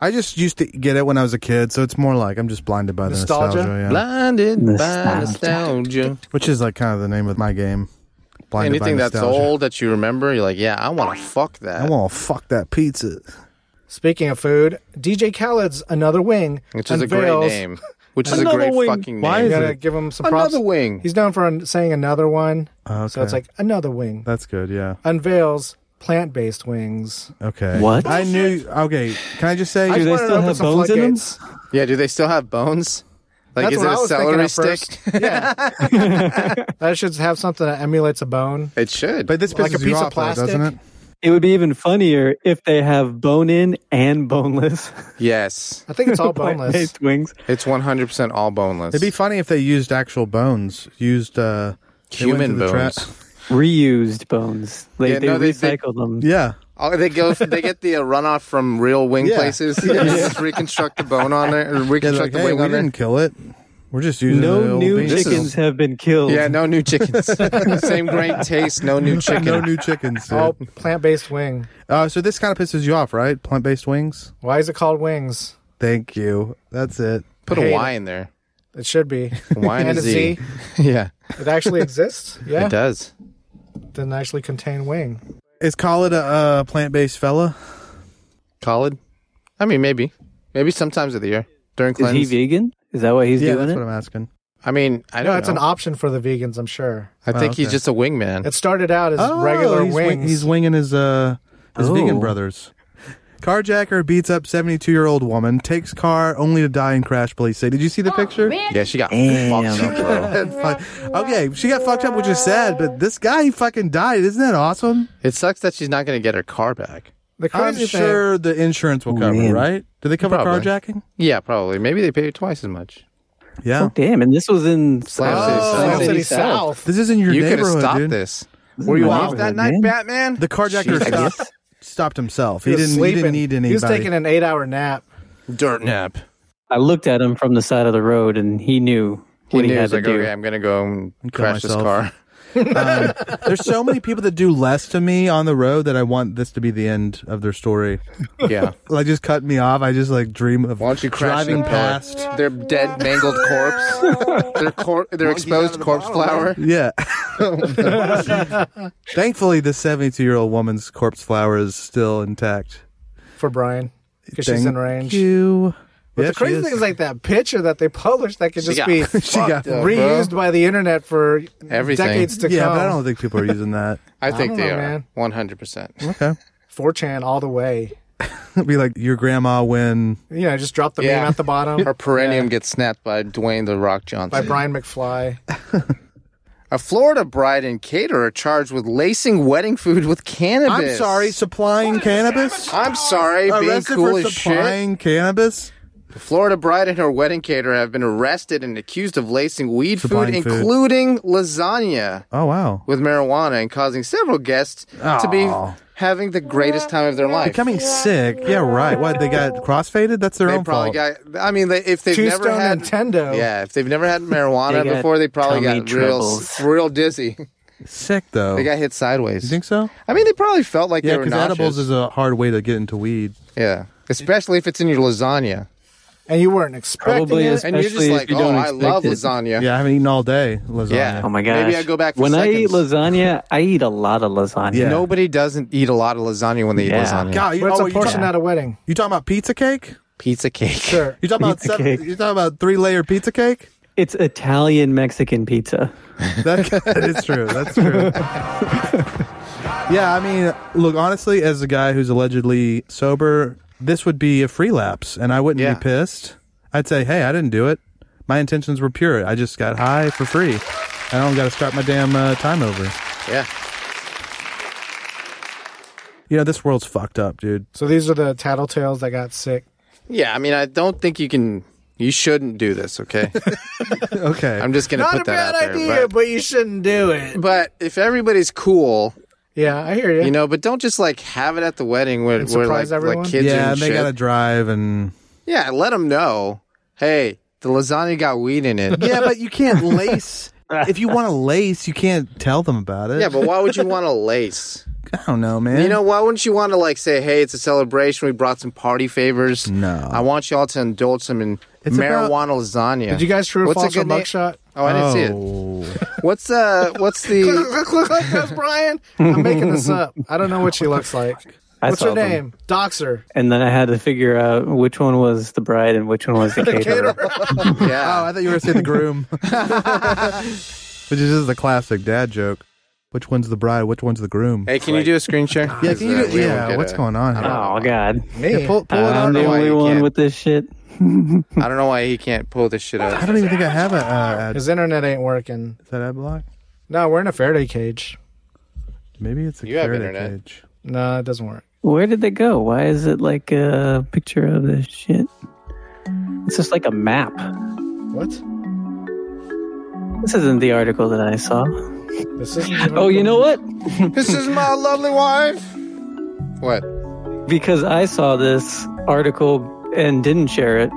I just used to get it when I was a kid, so it's more like I'm just blinded by the nostalgia, Nostalgia? yeah. Blinded by Nostalgia. nostalgia. which is like kind of the name of my game. Blinded by Anything that's nostalgia. old that you remember, you're like, yeah, I want to fuck that. I want to fuck that pizza. Speaking of food, DJ Khaled's Another Wing Which is a great unveils. name. Which is a Another great wing. fucking Why name. is Gotta it- give him some props. Another wing. He's known for un- saying another one, Oh, so it's okay. like another wing That's good. Yeah. unveils plant-based wings. Okay. What? I knew. Okay. Can I just say? I just Do they wanted to still open have some bones in them? floodgates. Yeah, do they still have bones? Like, That's is what it I a was thinking celery at first. stick? Yeah, that should have something that emulates a bone. It should. but this pisses Like a you piece of off, though, doesn't it? plastic? It would be even funnier if they have bone in and boneless yes, I think it's all boneless. plant-based wings. it's 100% all boneless. It'd be funny if they used actual bones. Used uh, they went human to the tra- bones. Reused bones. They, Yeah, they no, they- they- recycle them. yeah. Oh, they go. They get the uh, runoff from real wing Yeah. places. They just reconstruct the bone on there, or Yeah, they're reconstruct like, the hey, wing we on there. didn't kill it. We're just using the No old new beans. This is- chickens have been killed. Yeah, no new chickens. Same great taste, no new chicken. no new chickens. All dude. plant-based wing. Uh, so this kind of pisses you off, right? Plant based wings. Why is it called wings? Thank you. That's it. Put a Hey, Y in there. It should be. Y and a Z. Yeah, It actually exists. Yeah, E. it does. doesn't actually contain wing. Is Khalid a uh, plant based fella? Collard. I mean, maybe, maybe sometimes of the year during Is he cleanse. vegan? Is that why he's yeah, doing that's it? what I'm asking. I mean, I No, don't it's know. an option for the vegans, I'm sure. I think he's Oh, okay. just a wingman. It started out as Oh, regular he's wing- wings. he's winging his uh his Oh. vegan brothers. Carjacker beats up 72 year old woman, takes car only to die in crash. Police say. Did you see the picture? Yeah, she got fucked up, bro. Fuck. okay, she got fucked up, which is sad. But this guy, he fucking died. Isn't that awesome? It sucks that she's not going to get her car back. The I'm crazy thing, sure the insurance will cover, Man. right? Do they cover Probably. carjacking? Yeah, probably. Maybe they pay twice as much. Yeah. Oh, damn. And this was in Slam City Oh, Slam South. Slam City City South. This is in your you could have neighborhood, stopped dude. this. Were you my off that neighborhood, night, man. Batman? The carjacker stopped, stopped himself. He, was didn't. He didn't sleeping. need anybody. He was taking an eight-hour nap. dirt nap. I looked at him from the side of the road, and he knew He what he, knew, he had was to like, do. okay, I'm gonna go and kill crash this myself. car. Um, there's so many people that do less to me on the road that I want this to be the end of their story. Yeah. Like just cut me off. I just like dream of Why don't you crash driving the car? past. Their dead, mangled corpse. their cor- their exposed corpse flower. Yeah. Thankfully, the 72 year old woman's corpse flower is still intact. for Brian because she's Thank in range. You. But Yeah, the crazy she thing is like that picture that they published that could just got she be got. fucked up, bro. reused by the internet for Everything. decades to Yeah, come. but I don't think people are using that. I think don't they know, are. man. One hundred percent. 4chan all the way. It'd be like your grandma when You know, just drop the Yeah. meme at the bottom Her perennium gets snapped by Dwayne the Rock by Johnson. Brian McFly. a Florida bride and caterer charged with lacing wedding food with cannabis. I'm sorry, supplying cannabis. I'm sorry, being Arrested cool for as shit. supplying cannabis. Florida bride and her wedding caterer have been arrested and accused of lacing weed food, Supplying food. including lasagna, Oh wow, with marijuana and causing several guests to be Aw. having the greatest time of their life. becoming sick. Yeah, right. Why they got crossfaded? That's their they own probably fault. got. I mean, they, if they've Two never Stone had Nintendo. yeah, if they've never had marijuana They got before, they probably tummy got real, troubles. real dizzy. sick though. They got hit sideways. you think so? I mean, they probably felt like Yeah, they were because nauseous. edibles is a hard way to get into weed. yeah, especially if it's in your lasagna. And you weren't expecting Probably it. as- And you're just Especially if like, you oh, don't I love expect it." lasagna. Yeah, I haven't eaten all day lasagna. Yeah. Oh my gosh. Maybe I go back for When I eat seconds. lasagna, I eat a lot of lasagna. Yeah. Nobody doesn't eat a lot of lasagna when they Yeah. eat lasagna. God, you, But it's oh, a you portion talking, at a wedding. you talking about pizza cake? Pizza cake. Sure. You talking about Pizza seven, cake. you talking about three layer pizza cake? It's Italian Mexican pizza. That, that is true. That's true. yeah, I mean, look honestly, as a guy who's allegedly sober, this would be a free lapse, and I wouldn't Yeah. be pissed. I'd say, hey, I didn't do it. My intentions were pure. I just got high for free. I don't got to start my damn uh, time over. Yeah. You know, this world's fucked up, dude. So these are the tattletales that got sick. Yeah. I mean, I don't think you can. You shouldn't do this. Okay. Okay. I'm just gonna Not put a that bad out there. idea, but- but, you shouldn't do it. But if everybody's cool, Yeah, I hear you. you know, but don't just like have it at the wedding where, And where like, surprise like everyone? kids yeah, are and and they shit. got to drive and. Yeah, let them know. Hey, the lasagna got weed in it. Yeah, but you can't lace. if you want to lace, you can't tell them about it. yeah, but why would you want to lace? I don't know, man. You know, why wouldn't you want to like say, "Hey, it's a celebration. We brought some party favors. No. I want y'all to indulge some in It's marijuana about- lasagna." Did you guys true or What's a false or good name? mugshot? Oh, I didn't see it. What's uh, what's the? Look, look, look, that's Brian. I'm making this up. I don't know what she looks like. I What's saw her them. name? Doxer. And then I had to figure out which one was the bride and which one was the caterer. Oh, Yeah, I thought you were saying the groom, which is just the classic dad joke. Which one's the bride? Which one's the groom? Hey, can you do a screen share? yeah, can you do, yeah. What's going on? Here? Oh God, Me. Yeah, pull, pull it I'm out. the why only you one can't. with this shit. on? I don't know why he can't pull this shit I up. don't even think I have a uh, ad. Is His internet ain't working. that ad block? No, we're in a Faraday cage. Maybe it's a You have Faraday internet. cage. No, it doesn't work. Where did they go? Why is it like a picture of this shit? It's just like a map. What? This isn't the article that I saw. This is. Oh, you know what? this is my lovely wife. What? Because I saw this article and didn't share it,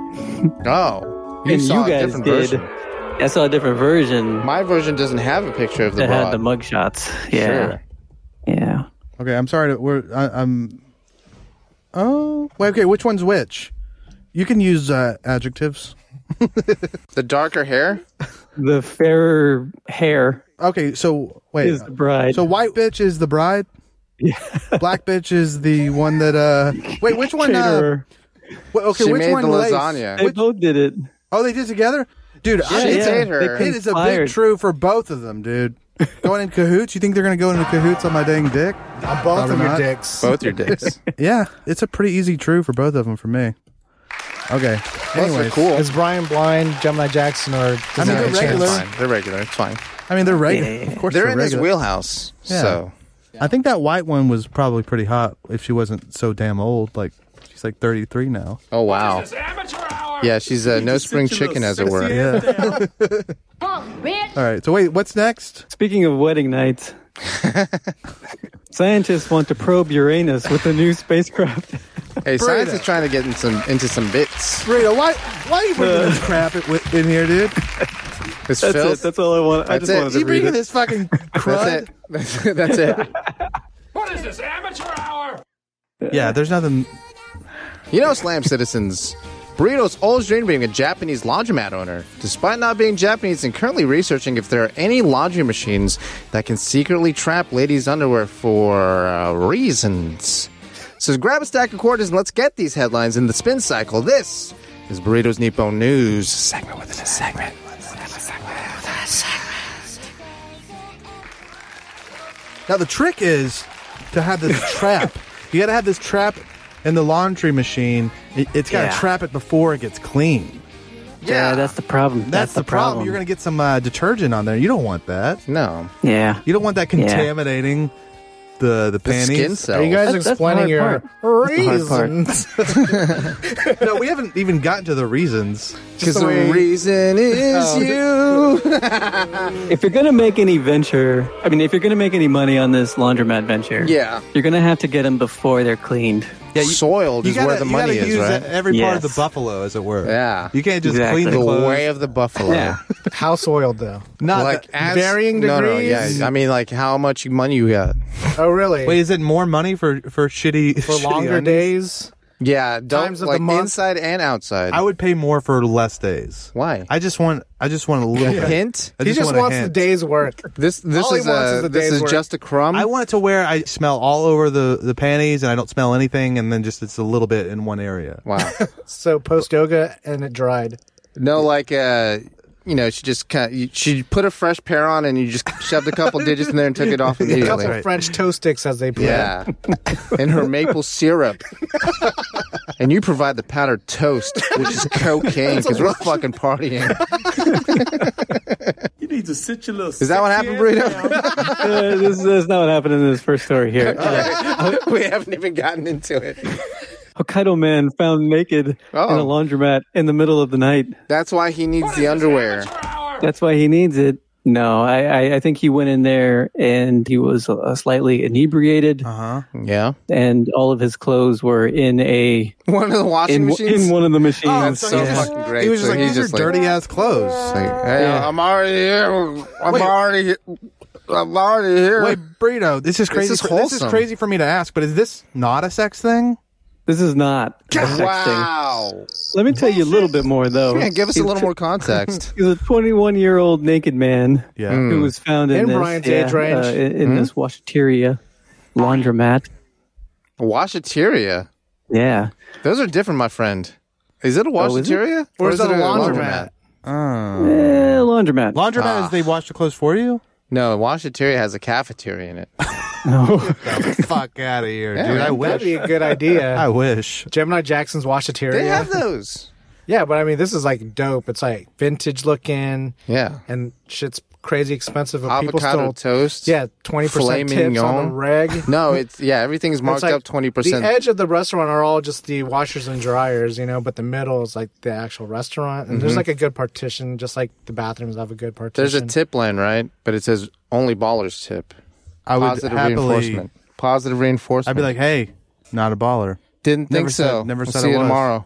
Oh, you and saw you a guys different did. version. I saw a different version My version doesn't have a picture of the that had broad. the mugshots. Yeah, Sure. yeah. Okay, I'm sorry. To, we're I, I'm. Oh, wait, okay. Which one's which? You can use uh, adjectives. The darker hair. The fairer hair Okay, so wait. is the bride. So white bitch is the bride. Black bitch is the one that. uh Wait, which one? Uh, Caterer. wait, okay, She which made one the lace? lasagna. they both did it. Oh, they did together, dude. I, She it's did a, her. they it is a big conspired. true for both of them, dude. going in cahoots. You think they're gonna go into cahoots on my dang dick? On both Probably of your not. dicks. Both your dicks. Yeah, it's a pretty easy true for both of them for me. Okay. Those Anyway, are cool. Is Brian blind, Gemini Jackson, or I mean, No, they're it's regular. fine. They're regular. It's fine. I mean, they're regular. Yeah, yeah, yeah. Of course, They're they're, in his regular. wheelhouse. Yeah. So I think that white one was probably pretty hot if she wasn't so damn old. Like she's like 33 now. Oh wow. Yeah, she's a no spring chicken, as it were. Yeah. All right. So wait, what's next? Speaking of wedding nights, scientists want to probe Uranus with a new spacecraft. Hey, science is trying to get in some, into some bits. Rita, why why are you bringing this crap i- in here, dude? This That's filth. it. That's all I want. I That's just it. wanted to You read it. this fucking That's it. That's it. That's it. Yeah, there's nothing. You know, Slam Citizens, Burrito's always dreamed of being a Japanese laundromat owner. Despite not being Japanese and currently researching if there are any laundry machines that can secretly trap ladies' underwear for uh, reasons. So grab a stack of quarters and let's get these headlines in the spin cycle. This is Burrito's Nippon News segment within a segment. Now the trick is to have this trap. You got to have this trap in the laundry machine. It, has got to Yeah. trap it before it gets clean. Yeah, that's the problem. That's, That's, the, problem. You're going to get some uh, detergent on there. You don't want that. No. Yeah. You don't want that contaminating the the The panties. skin Are cells. you guys That's- that's the explaining your hard part. That's the hard part. reasons? no, we haven't even gotten to the reasons. Because the the way- reason Oh, is you. If you're gonna make any venture, I mean, if you're gonna make any money on this laundromat venture, Yeah. you're gonna have to get them before they're cleaned. Yeah, Soiled is where the you gotta money is, use e-, right? Every part of Yes. the buffalo, as it were. Yeah. you can't just Exactly. clean the The clothes. way of the buffalo. Yeah. House oiled though. Not like that- as, varying No, no, degrees? yeah. I mean, like how much money you got? Oh really? Wait, is it more money for for shitty For shitty longer onions? days? Yeah, don't, Times of the like month? inside and outside. I would pay more for less days. Why? I just want I just want a little bit. Hint. I He just, just want a wants the hint. day's work. This this All he is wants a, is the this day's is work. just a crumb. I want it to where I smell all over the the panties and I don't smell anything, and then just it's a little bit in one area. wow. So post yoga and it dried. no, like uh, you know, she just kind of, she put a fresh pair on and you just shoved a couple digits in there and took it off A couple immediately. right. French toast sticks as they play. Yeah, and her maple syrup. and you provide the powdered toast, which is cocaine, because we're fucking partying. You need to sit your little. Is that what happened, Burrito? Uh, this is that's not what happened in this first story here. Uh, we haven't even gotten into it. Hokkaido man found naked in a Oh. laundromat in the middle of the night. That's why he needs the underwear. That's why he needs it. No, I, I, I think he went in there and he was uh, slightly inebriated, Uh-huh. Uh huh. Yeah. and all of his clothes were in a One of the washing in, machines. Oh, in one of the That's machines. so Yeah. fucking great. He was just So like he's these are just like- dirty ass clothes. Like, hey, Yeah. I'm already here. I'm already here. I'm already here. Wait, Burrito, this is crazy. is for- this is wholesome. crazy for me to ask, but is this not a sex thing? This is not a sex thing. wow. Let me tell you a little bit more, though. Man, give us a He's little tr- more context. He's a 21 year old naked man Yeah. Hmm. who was found in, In this, Brian's yeah, age range. uh, in, in this washateria laundromat. Washateria. Yeah. Those are different, my friend. Is it a Oh, is it? washateria? Or is it a laundromat? Eh, laundromat. Laundromat Ah. is they wash the clothes for you? No, washateria has a cafeteria in it. no. Fuck out of here, dude. I That'd be wish. a good idea. I wish. Gemini Jackson's They Washateria. have those. yeah, but I mean, this is like dope. It's like vintage looking, Yeah. and shit's crazy expensive. But people Avocado still, toast. yeah, twenty filet percent tips on mignon. the reg. No, it's yeah. Everything's marked It's like up twenty The percent. edge of the restaurant are all just the washers and dryers, you know, but the middle is like the actual restaurant, and there's like a good partition, just like the bathrooms have a good partition. Mm-hmm. There's a tip line, right? But it says only ballers tip. I would Positive happily. reinforcement. Positive reinforcement. I'd be like, hey, not a baller. didn't think never said- so. never we'll said see it you was. tomorrow.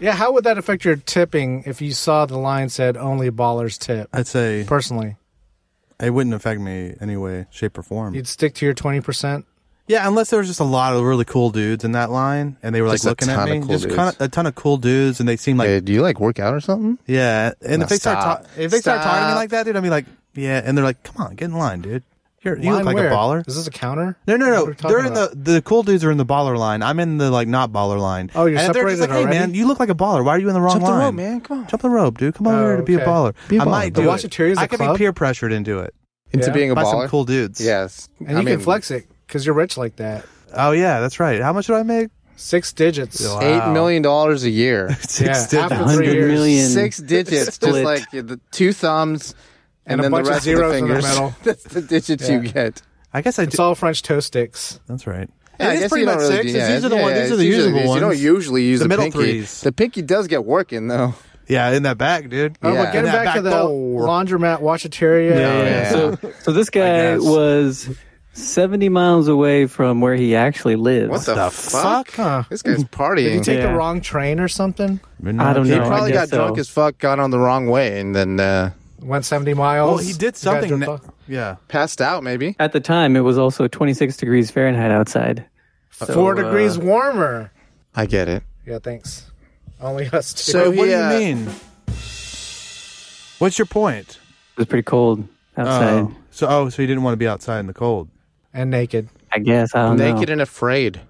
Yeah, how would that affect your tipping if you saw the line said only ballers tip? I'd say Personally, it wouldn't affect me any way, shape, or form. you'd stick to your twenty percent. Yeah, unless there was just a lot of really cool dudes in that line, and they were like Just a looking at ton of me, cool just dudes. kind of a ton of cool dudes, and they seemed like Hey, do you like work out or something? yeah. And if they start stop. ta- if they start talking to me Stop. like that, dude, I'd be like yeah, and they're like, come on, get in line, dude. You're, you Line look like where? a baller. Is this a counter? No, no, What are no. we talking They're in about? the the cool dudes are in the baller line. I'm in the like not baller line. Oh, you're and if they're just separated like, Hey, already? man, you look like a baller. Why are you in the wrong Jump the line? rope, man. Come on. Jump the rope, dude. Come over Oh, here to be a okay. baller. Be a I baller. might The do it. Washateria's a I could club? be peer pressured into it Into Yeah. being a by baller. some cool dudes. Yes, and you can flex it because you're rich like that. Oh yeah, that's right. How much do I make? Six digits. Wow. Eight million dollars a year, Six yeah, after digits. three 100 years, million. six digits, just Split. like the two thumbs, and, And a then bunch the of rest zeros the in the fingers. middle. That's the digits you Yeah. get. I guess I It's do. all French toast sticks. That's right. Yeah, I it is guess pretty you much don't really six. do- It's- yeah, these are the ones. yeah, These are it's the usually usable these. ones. You don't usually use The the, middle pinky. threes. The pinky does get working though. Yeah, in that back, dude. Oh, Yeah. but getting And that back to the back door. laundromat washateria. Yeah. Yeah. So, so this guy guess. was 70 miles away from where he actually lives. What the, the fuck? fuck? Huh. This guy's Did you partying. take Yeah. the wrong train or something? I don't He No, I probably got guess drunk so. as fuck, got on the wrong way, and then uh, Went 70 miles. Well, he did got something. jerked na- off. yeah. passed out. Maybe. At the time, it was also 26 degrees Fahrenheit outside. Four So, uh, degrees warmer. I get it. Yeah, thanks. Only us two. So Wait, what he, uh, do you mean? What's your point? It was pretty cold outside. Oh, so oh, so he didn't want to be outside in the cold. and naked. I guess I don't Naked know. and afraid.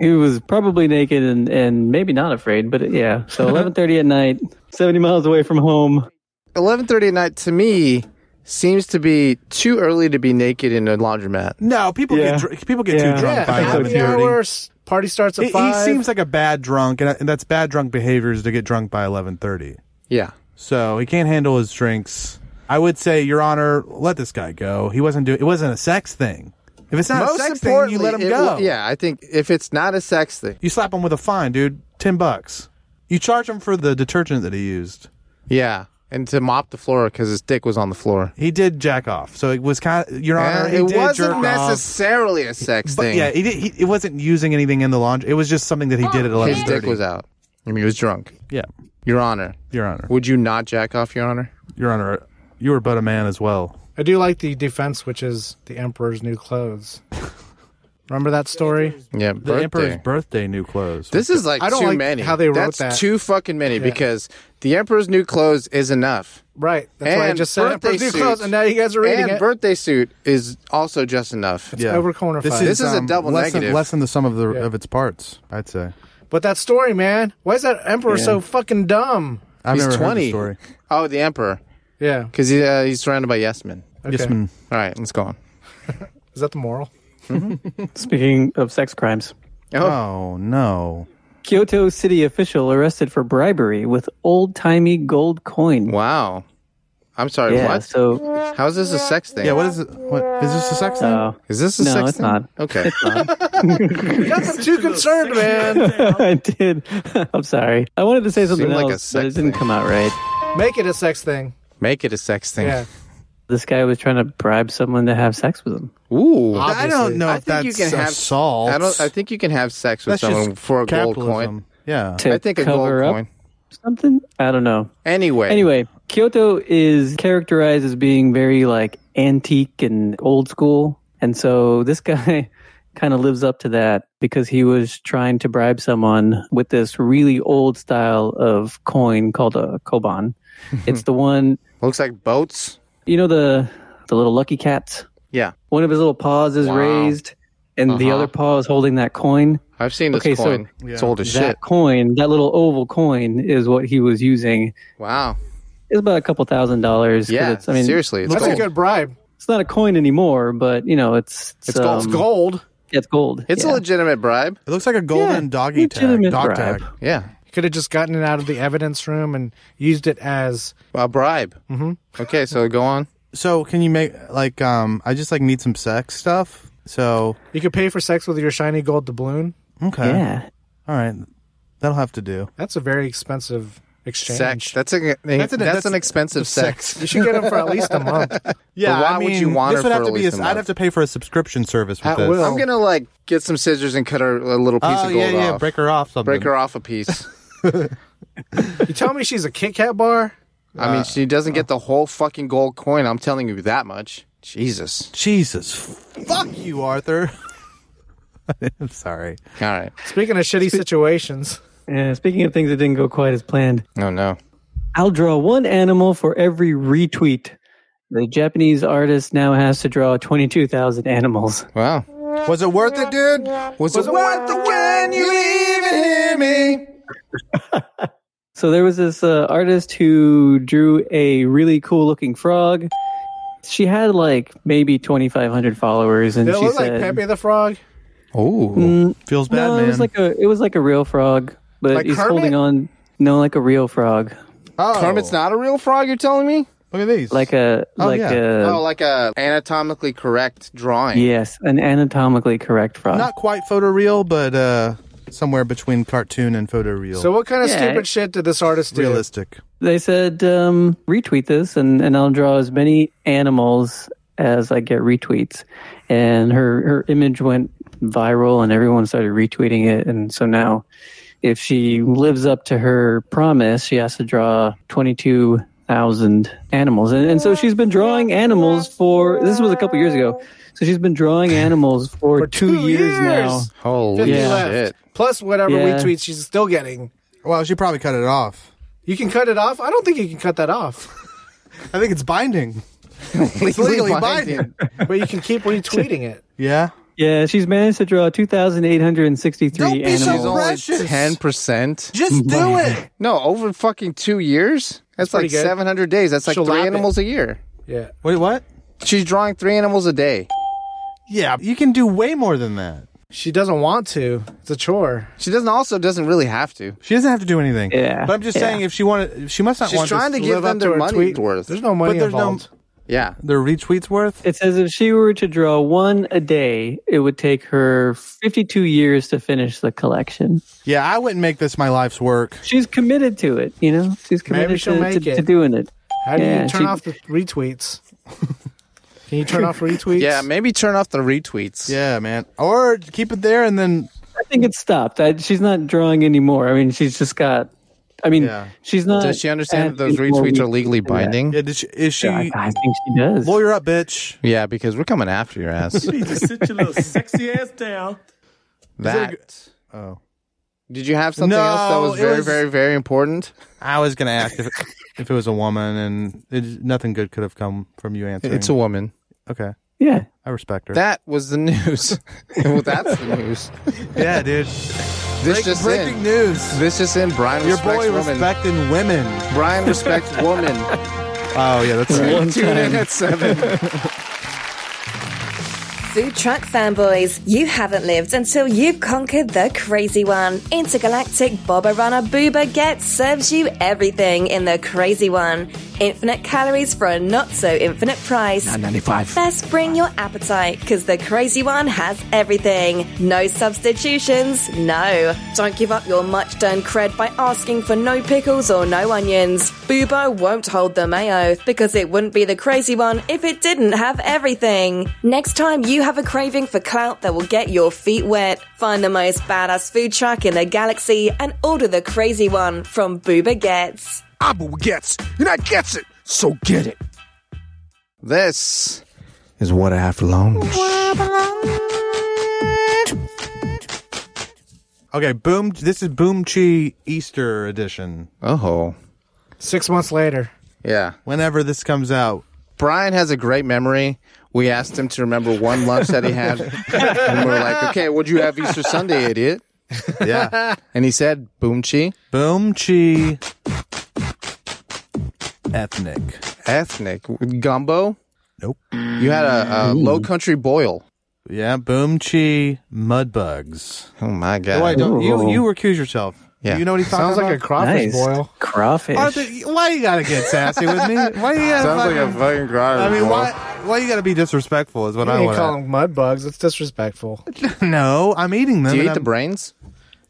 He was probably naked and, and maybe not afraid, but yeah. So 11:30 at night, 70 miles away from home. Eleven thirty at night to me seems to be too early to be naked in a laundromat. No, people Yeah. get dr- people get Yeah. too drunk Yeah, by eleven happy thirty. hour. s- Party starts at He, he five. seems like a bad drunk, and, and that's bad drunk behavior is to get drunk by eleven thirty. Yeah. So he can't handle his drinks. I would say, Your Honor, let this guy go. He wasn't doing. It wasn't a sex thing. If it's not a sex thing, you let him it go. will- yeah, I think if it's not a sex thing, You slap him with a fine, dude. Ten bucks. You charge him for the detergent that he used. yeah, and to mop the floor because his dick was on the floor. He did jack off. So it was kind of Your And Honor. Uh, he it did jerk wasn't off. necessarily a sex But thing. yeah, he, did, he it wasn't using anything in the laundry. It was just something that he did at eleven Oh, his thirty. dick was out. I mean, he was drunk. Yeah, Your Honor, Your Honor. would you not jack off, Your Honor? Your Honor, you were but a man as well. I do like the defense, which is the emperor's new clothes. Remember that story? Yeah, The birthday. Emperor's birthday new clothes. This is like I don't too like many. how they wrote That's that. too fucking many because the Emperor's New Clothes is enough. Right. That's why I And just said birthday emperor's new suits. clothes, and now you guys are reading and it. birthday suit is also just enough. yeah. over corner This five. is, This is a um, double less Than, negative. less than the sum of the of its parts, I'd say. but that story, man, why is that emperor so fucking dumb? I've He's never 20. heard the story. Oh, the Emperor. Yeah. Because he, uh, he's surrounded by yes men. Yes, Okay. man. All right, let's go on. Is that the moral? Speaking of sex crimes, Oh no! Kyoto city official arrested for bribery with old-timey gold coin. Wow. I'm sorry, Yeah, what? so How is this a sex thing? Yeah, what is it? What is this a sex thing? uh, Is this a No, sex it's thing? not. Okay. I'm too concerned, man. I did. I'm sorry. I wanted to say something Seemed like a else, but sex it didn't thing. come out right. Make it a sex thing. Make it a sex thing. Yeah. This guy was trying to bribe someone to have sex with him. Ooh. I don't know if that's assault. I don't I think you can have sex with that's someone just for a capitalism. gold coin. Yeah, To I think a gold cover up coin. something. I don't know. Anyway. Anyway, Kyoto is characterized as being very like antique and old school. And so this guy kind of lives up to that because he was trying to bribe someone with this really old style of coin called a koban. it's the one, Looks like boats. you know, the the little lucky cats. Yeah. One of his little paws is Wow. raised and the Uh-huh. other paw is holding that coin. I've seen this Okay, so- coin. It's old as That shit. coin, that little oval coin is what he was using. Wow. It's about a couple thousand dollars. 'cause Yeah. it's- I mean, seriously. It's That's gold. a good bribe. it's not a coin anymore, but you know, it's it's, It's gold. It's um, Gold. yeah, It's gold. It's a yeah. legitimate bribe. it looks like a golden Yeah, doggy tag. legitimate Dog bribe. tag. Yeah. Could have just gotten it out of the evidence room and used it as A bribe. Mm-hmm. Okay, so go on. So can you make like um? I just like need some sex stuff. So you could pay for sex with your shiny gold doubloon. okay, Yeah. all right, that'll have to do. That's a very expensive exchange. Sex. That's a that's, an- an, that's- expensive sex. You should get them for at least a month. But why would you want this her for would have at to be? least a A, I'd month? have to pay for a subscription service with At this. will. I'm gonna like get some scissors and cut her a little piece Oh of yeah, gold yeah, off. break her off something. Break her off a piece. You tell me she's a Kit Kat bar? I mean, she doesn't Uh. get the whole fucking gold coin. I'm telling you that much. Jesus. Jesus, fuck you, Arthur. I'm sorry. All right. Speaking of shitty situations, Yeah, Speaking of things that didn't go quite as planned, Oh no. I'll draw one animal for every retweet. The Japanese artist now has to draw 22,000 animals. Wow. Was it worth it, dude? Was, it worth the when you leaving me? So there was this uh, artist who drew a really cool looking frog. She had like maybe 2,500 followers, and did it she look like said, Pepe the Frog? Oh. Feels bad, "No, it man. was like a it was like a real frog, but Like he's Kermit? holding on. No, like a real frog. oh. Kermit's not a real frog. You're telling me? Look at these. like a Oh, like yeah. a oh, like a anatomically correct drawing. yes, an anatomically correct frog. not quite photoreal, but uh, somewhere between cartoon and photoreal. So what kind of Yeah, stupid it- shit did this artist do? realistic. they said um, retweet this and, and I'll draw as many animals as I get retweets. And her, her image went viral and everyone started retweeting it. And so now, if she lives up to her promise, she has to draw 22,000 animals. And, and so she's been drawing animals for this was a couple years ago. So she's been drawing animals for, For two, two years now. years. Holy 50 Yeah. left. shit. Plus whatever Yeah. retweets she's still getting. Well, she probably cut it off. You can cut it off. I don't think you can cut that off, I think it's binding. it's legally binding. but you can keep retweeting it. Yeah. Yeah, she's managed to draw 2,863 Don't be animals. so It's only Precious. 10%. Just do it. No, over fucking two years? That's like pretty good. 700 days. That's like She'll three lap it. animals a year. Yeah. Wait, what? She's drawing three animals a day. Yeah, you can do way more than that. She doesn't want to. It's a chore. She doesn't also doesn't really have to. She doesn't have to do anything. Yeah, But I'm just yeah. saying, if she wanted, she must not She's want trying to this- give them to their her money tweet. worth. There's no money But there's no- involved. Yeah. their retweets worth. It says if she were to draw one a day, it would take her 52 years to finish the collection. Yeah, I wouldn't make this my life's work. She's committed to it, you know? She's committed she'll to, make to, it. to doing it. How do Yeah, you turn she- off the retweets? Can you turn off retweets? Yeah, maybe turn off the retweets. Yeah, man. Or keep it there and then I think it stopped. I, she's not drawing anymore. I mean, she's just got. I mean, Yeah. she's not. Does she understand that those adding more retweets are retweets legally than that. binding? yeah, did she, is she I, I think she does. lawyer up, bitch? Yeah, because we're coming after your ass. need to sit your little sexy ass down. that. Oh, Did you have something No, else that was it very, was- very, very important? I was gonna ask if if it was a woman and it, nothing good could have come from you answering. It's a woman. okay. Yeah. I respect her. That was the news. well, that's the news. yeah, dude. This just breaking in. news. This just in. Brian Your respects boy women. respecting women. Brian respects woman. Oh yeah, that's right. Tune in at seven. Food truck fanboys, you haven't lived until you've conquered the crazy one. Intergalactic Boba Runner Booba Get serves you everything in the crazy one. Infinite calories for a not so infinite price. Best bring your appetite, because the crazy one has everything. No substitutions, no. Don't give up your much done cred by asking for no pickles or no onions. Bubo won't hold the mayo, because it wouldn't be the crazy one if it didn't have everything. Next time you have a craving for clout that will get your feet wet, find the most badass food truck in the galaxy and order the crazy one from Booba Gets. Abu gets, and I gets it, so get it. This is what I have long. Okay, boom. This is Boom Chi Easter edition. Oh, Six months later. yeah. Whenever this comes out, Brian has a great memory. We asked him to remember one lunch that he had, and we were like, "Okay, what'd you have Easter Sunday, idiot?" yeah. And he said, "Boomchi, boom Chi ethnic. ethnic gumbo." Nope. You had a, a low country boil. Yeah, boom chi mud bugs. Oh my Oh, I god! don't, you you recuse yourself. Yeah. You know what he's talking Sounds like a about? crawfish Nice. boil. Crawfish. Arthur, why you gotta get sassy with me? Why you gotta? Sounds like fucking, a fucking grotto. I mean, why why you gotta be disrespectful? Is what You I ain't want. call them mud bugs. It's disrespectful. No, I'm eating them. Do you and eat the I'm- brains?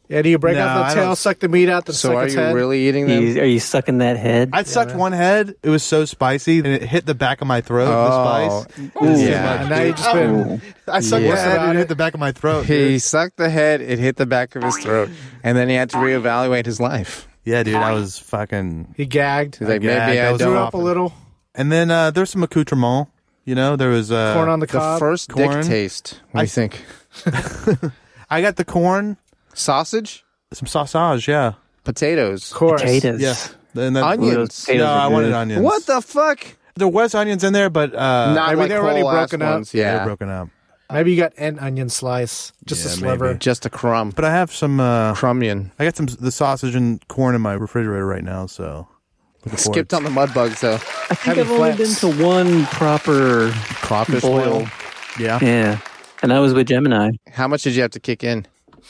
Yeah, do you break No, off I the don't- tail, suck the meat out, then So suck are its you head? really eating them? You- are you sucking that head? I sucked one head. It was so spicy, and it hit the back of my throat. Oh. The spice. It was too Yeah. much. And now you just been I sucked Yeah. one head. and It hit the back of my throat. dude. He sucked the head, it hit the back of his throat, and then he had to reevaluate his life. Yeah, dude, I was fucking. he gagged, He's like, Yeah, maybe I those don't. threw are up a little, And then uh, there's some accoutrement. You know, there was uh, corn on the The cob. first corn. dick taste. What do you think? I got the corn, Sausage, some sausage. Yeah, potatoes, course. Potatoes. And then onions. Potatoes No, are I wanted good. onions. What the fuck? There was onions in there, but uh, Not maybe like they're already whole ass broken up. ones. they were Yeah, broken up. Maybe you got an onion slice, just a Yeah, sliver. maybe. just a crumb, But I have some. Uh, crumian. I got some the sausage and corn in my refrigerator right now. So looking forward Skipped to- on the mud bugs though. I think Having I've only been flaps. to one proper Crawfish boil. boil. Yeah. Yeah. And I was with Gemini. How much did you have to kick in?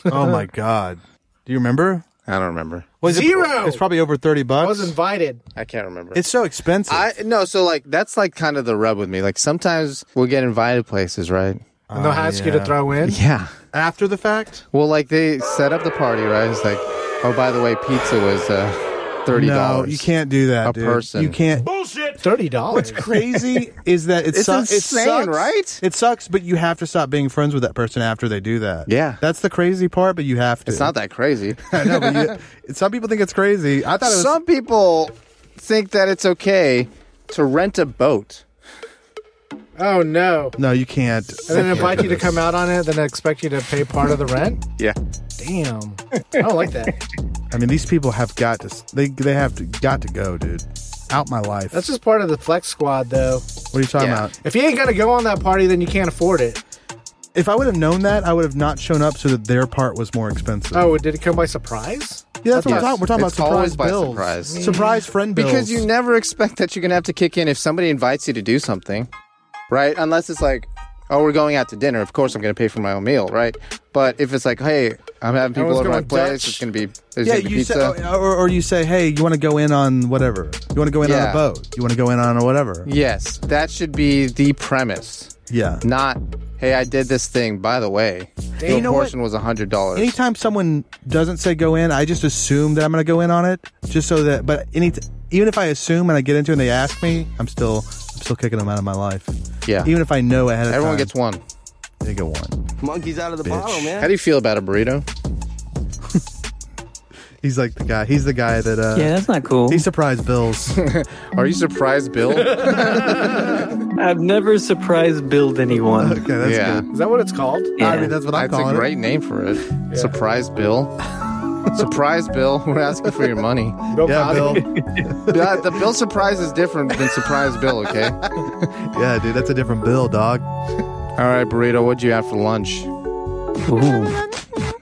oh my god. Do you remember? I don't remember. Was it- Zero! it's probably over thirty I bucks. was invited. I can't remember. it's so expensive. I no, so like that's like kind of the rub with me. Like sometimes we'll get invited places, right? And they'll ask you to Oh, yeah. throw in. Yeah. After the fact, Well, like they set up the party, right? It's like, oh, by the way, pizza was uh, thirty no, dollars. you can't do that. A dude. person. you can't. Thirty dollars. crazy is that it It's sucks. insane, it sucks. right? It sucks, but you have to stop being friends with that person after they do that. Yeah. that's the crazy part. But you have to. It's not that crazy. I know, but you, some people think it's crazy. I thought it was. Some people think that it's okay to rent a boat. Oh no. no, you can't. And then invite you to come out on it, then expect you to pay part of the rent. Yeah. Damn. I don't like that. I mean, these people have got to. s- They they have to got to go, dude. Out my life. That's just part of the flex squad though. what are you talking Yeah. about? If you ain't gonna go on that party, then you can't afford it. If I would have known that, I would have not shown up so that their part was more expensive. Oh, did it come by surprise? yeah, that's what Yes. we're talking. We're talking It's about surprise always by bills. Mm-hmm. surprise. Surprise friend bills. Because you never expect that you're going to have to kick in if somebody invites you to do something, right? Unless it's like, oh, we're going out to dinner. Of course, I'm going to pay for my own meal, right? But if it's like, hey, I'm having people Everyone's over my going place, Dutch. it's going to be there's yeah, going to be you pizza. say, or, or you say, hey, you want to go in on whatever. You want to go in on Yeah. a boat. You want to go in on a whatever. yes, that should be the premise. Yeah. Not, hey, I did this thing. By the way, your You know what? portion was was hundred dollars. Anytime someone doesn't say go in, I just assume that I'm going to go in on it, just so that. But any, even if I assume and I get into it and they ask me, I'm still, I'm still kicking them out of my life. Yeah. Even if I know ahead of Everyone time, gets one. they get one. Monkeys out of the bottle, man. How do you feel about a burrito? He's like the guy. He's the guy that. Uh, Yeah, that's not cool. He surprised Bills. Are you surprised, Bill? I've never surprise billed anyone. Okay, that's yeah, Is that what it's called? Yeah. I mean, that's what I'm that's a calling it. great name for it. Surprise, Bill. surprise, Bill. We're asking for your money. Bill Yeah, Cosby. Bill. The, the Bill surprise is different than surprise Bill. Okay. All Yeah, dude, that's a different Bill, dog. right, burrito. What'd you have for lunch? Ooh.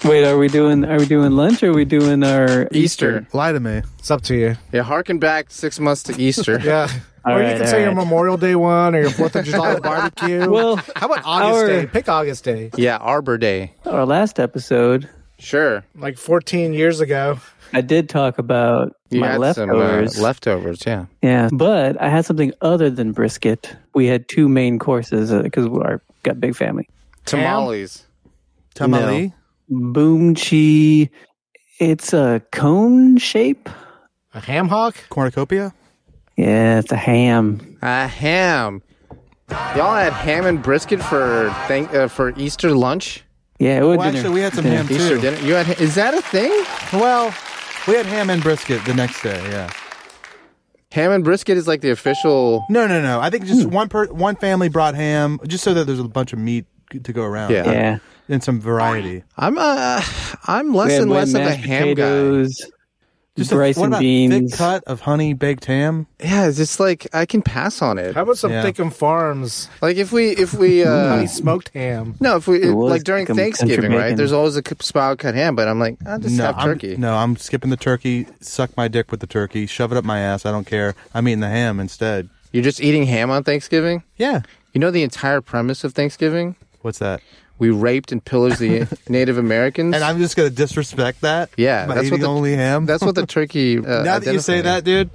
Wait, are we doing are we doing lunch or are we doing our Easter. Lie to me. It's up to you. Yeah, harken back six months to Easter. Yeah. All or right, you can all say your right. Memorial Day one or your Fourth of July barbecue. Well, how about August our- Day? Pick August Day. Yeah, Arbor Day. our last episode? Sure. Like 14 years ago. I did talk about You my had leftovers. some uh, leftovers. Yeah. yeah, but I had something other than brisket. We had two main courses because we are got big family. Tamales. Tamale. Boomchi, it's a cone shape. A ham hock? Cornucopia. Yeah, it's a ham. Uh, ham. Y'all had ham and brisket for thank uh, for Easter lunch, Yeah, it was Well, dinner. actually, we had some Dinner. ham Easter too. dinner. You had is that a thing? Well, we had ham and brisket the next day. Yeah. Ham and brisket is like the official. No, no, no. I think Hmm. just one per one family brought ham, just so that there's a bunch of meat to go around. Yeah. Yeah, and some variety. I'm uh, I'm less we had and like less of a mashed ham potatoes, Just rice a, what and about beans. thick cut of honey baked ham. guy. Yeah, it's just like I can pass on it. How about some Yeah. Thickum Farms? Like if we if we uh, Mm. Honey smoked ham. no if we It was like during like a Thanksgiving country right? bacon. There's always a c- spout cut ham, but I'm like "Ah, I will just have I'm, turkey. no, I'm skipping the turkey. Suck my dick with the turkey. Shove it up my ass. I don't care. I'm eating the ham instead. You're just eating ham on Thanksgiving. Yeah. You know the entire premise of Thanksgiving. What's that? We raped and pillaged the Native Americans. And I'm just gonna disrespect that. Yeah, by that's what eating the- only ham. That's what the turkey. Uh, now that you say identifier- that, dude.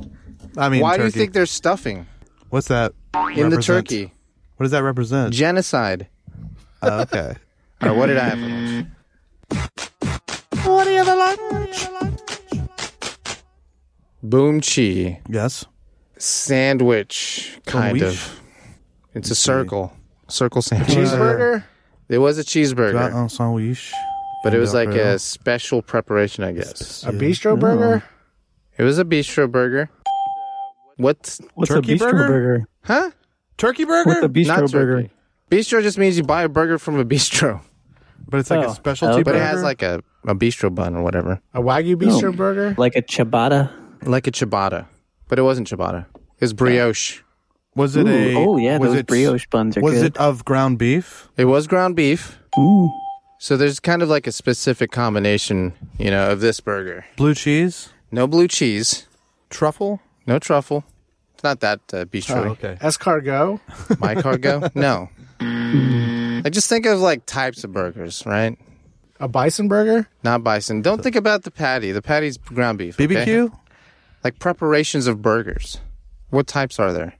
I mean, Why do you turkey. think there's stuffing What's that in the represent? turkey? What does that represent? Genocide. oh, okay. All right, what did I have for lunch? What do you lunch? Boom chi Yes. sandwich, kind Sandwich? of. It's a circle, circle sandwich. Cheeseburger? It was a cheeseburger, Un sandwich. but it was like Burger. a special preparation, I guess. A bistro burger? It was a bistro burger. What's What's Turkey a bistro burger? burger? huh? turkey burger. What's a bistro Not burger? turkey. Bistro just means you buy a burger from a bistro, But it's like Oh, a specialty okay. but burger. it has like a, a bistro bun or whatever, A Wagyu bistro burger? Like a ciabatta? like a ciabatta, but it wasn't ciabatta. It was brioche. was it Ooh, a? oh yeah, was those it, brioche buns are Was good. it of ground beef? It was ground beef. Ooh. So there's kind of like a specific combination, you know, of this burger. Blue cheese, No blue cheese, truffle. no truffle. It's not that uh, Oh, bistro. Escargot? Mm. My cargo? No. I just think of like types of burgers, right? A bison burger? Not bison. Don't think about the patty. The patty's ground beef. okay? BBQ? Like preparations of burgers. What types are there?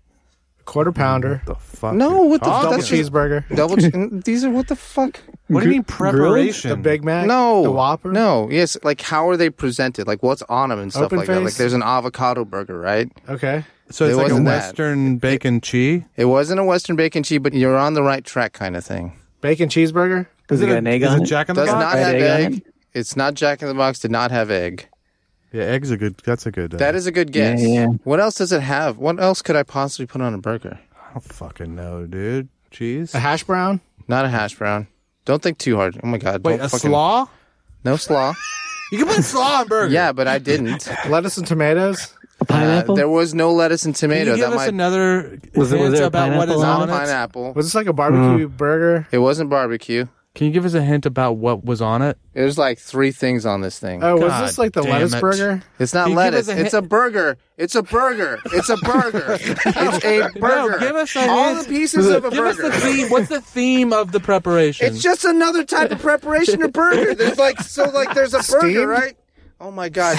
Quarter pounder? The fuck? No, what the Oh, fuck? Double that's just- cheeseburger? Double. che- these are what the fuck? What do you Gr- mean grilled? preparation? The Big Mac? No. The Whopper? No. Yes. Like, how are they presented? Like, what's on them and stuff Open like that? Like, face? there's an avocado burger, right? Okay. So it's It like a wasn't that. Western bacon cheese. It wasn't a Western bacon cheese, but you're on the right track, kind of thing. Bacon cheeseburger? Does it, got an egg is on it it? Jack in the Does Box? not Fried have egg on egg. It's not Jack in the Box. Did not have egg. Yeah, eggs are good. That's a good. Uh, That is a good guess. Yeah, yeah. What else does it have? What else could I possibly put on a burger? I don't fucking know, dude. Cheese. A hash brown? Not a hash brown. Don't think too hard. Oh my god. Wait, don't a fucking- slaw? No slaw. You can put slaw on burger. yeah, but I didn't. Lettuce and tomatoes? a Uh, pineapple? there was no lettuce and Can tomato. you give That us might another Was it- was hint there a about what is pineapple not on on it? pineapple. Was this like a barbecue burger? It wasn't barbecue. Can you give us a hint about what was on it? There's like three things on this thing. Oh, was God this like the damn lettuce it. burger? It's not Can you give lettuce. us a it's a burger. It's a burger. It's a burger. it's a burger. give us a All hint. the pieces of a Give us burger. the theme. What's the theme of the preparation? It's just another type of preparation to burger. There's like so like there's a burger, Steamed? right? Oh my god.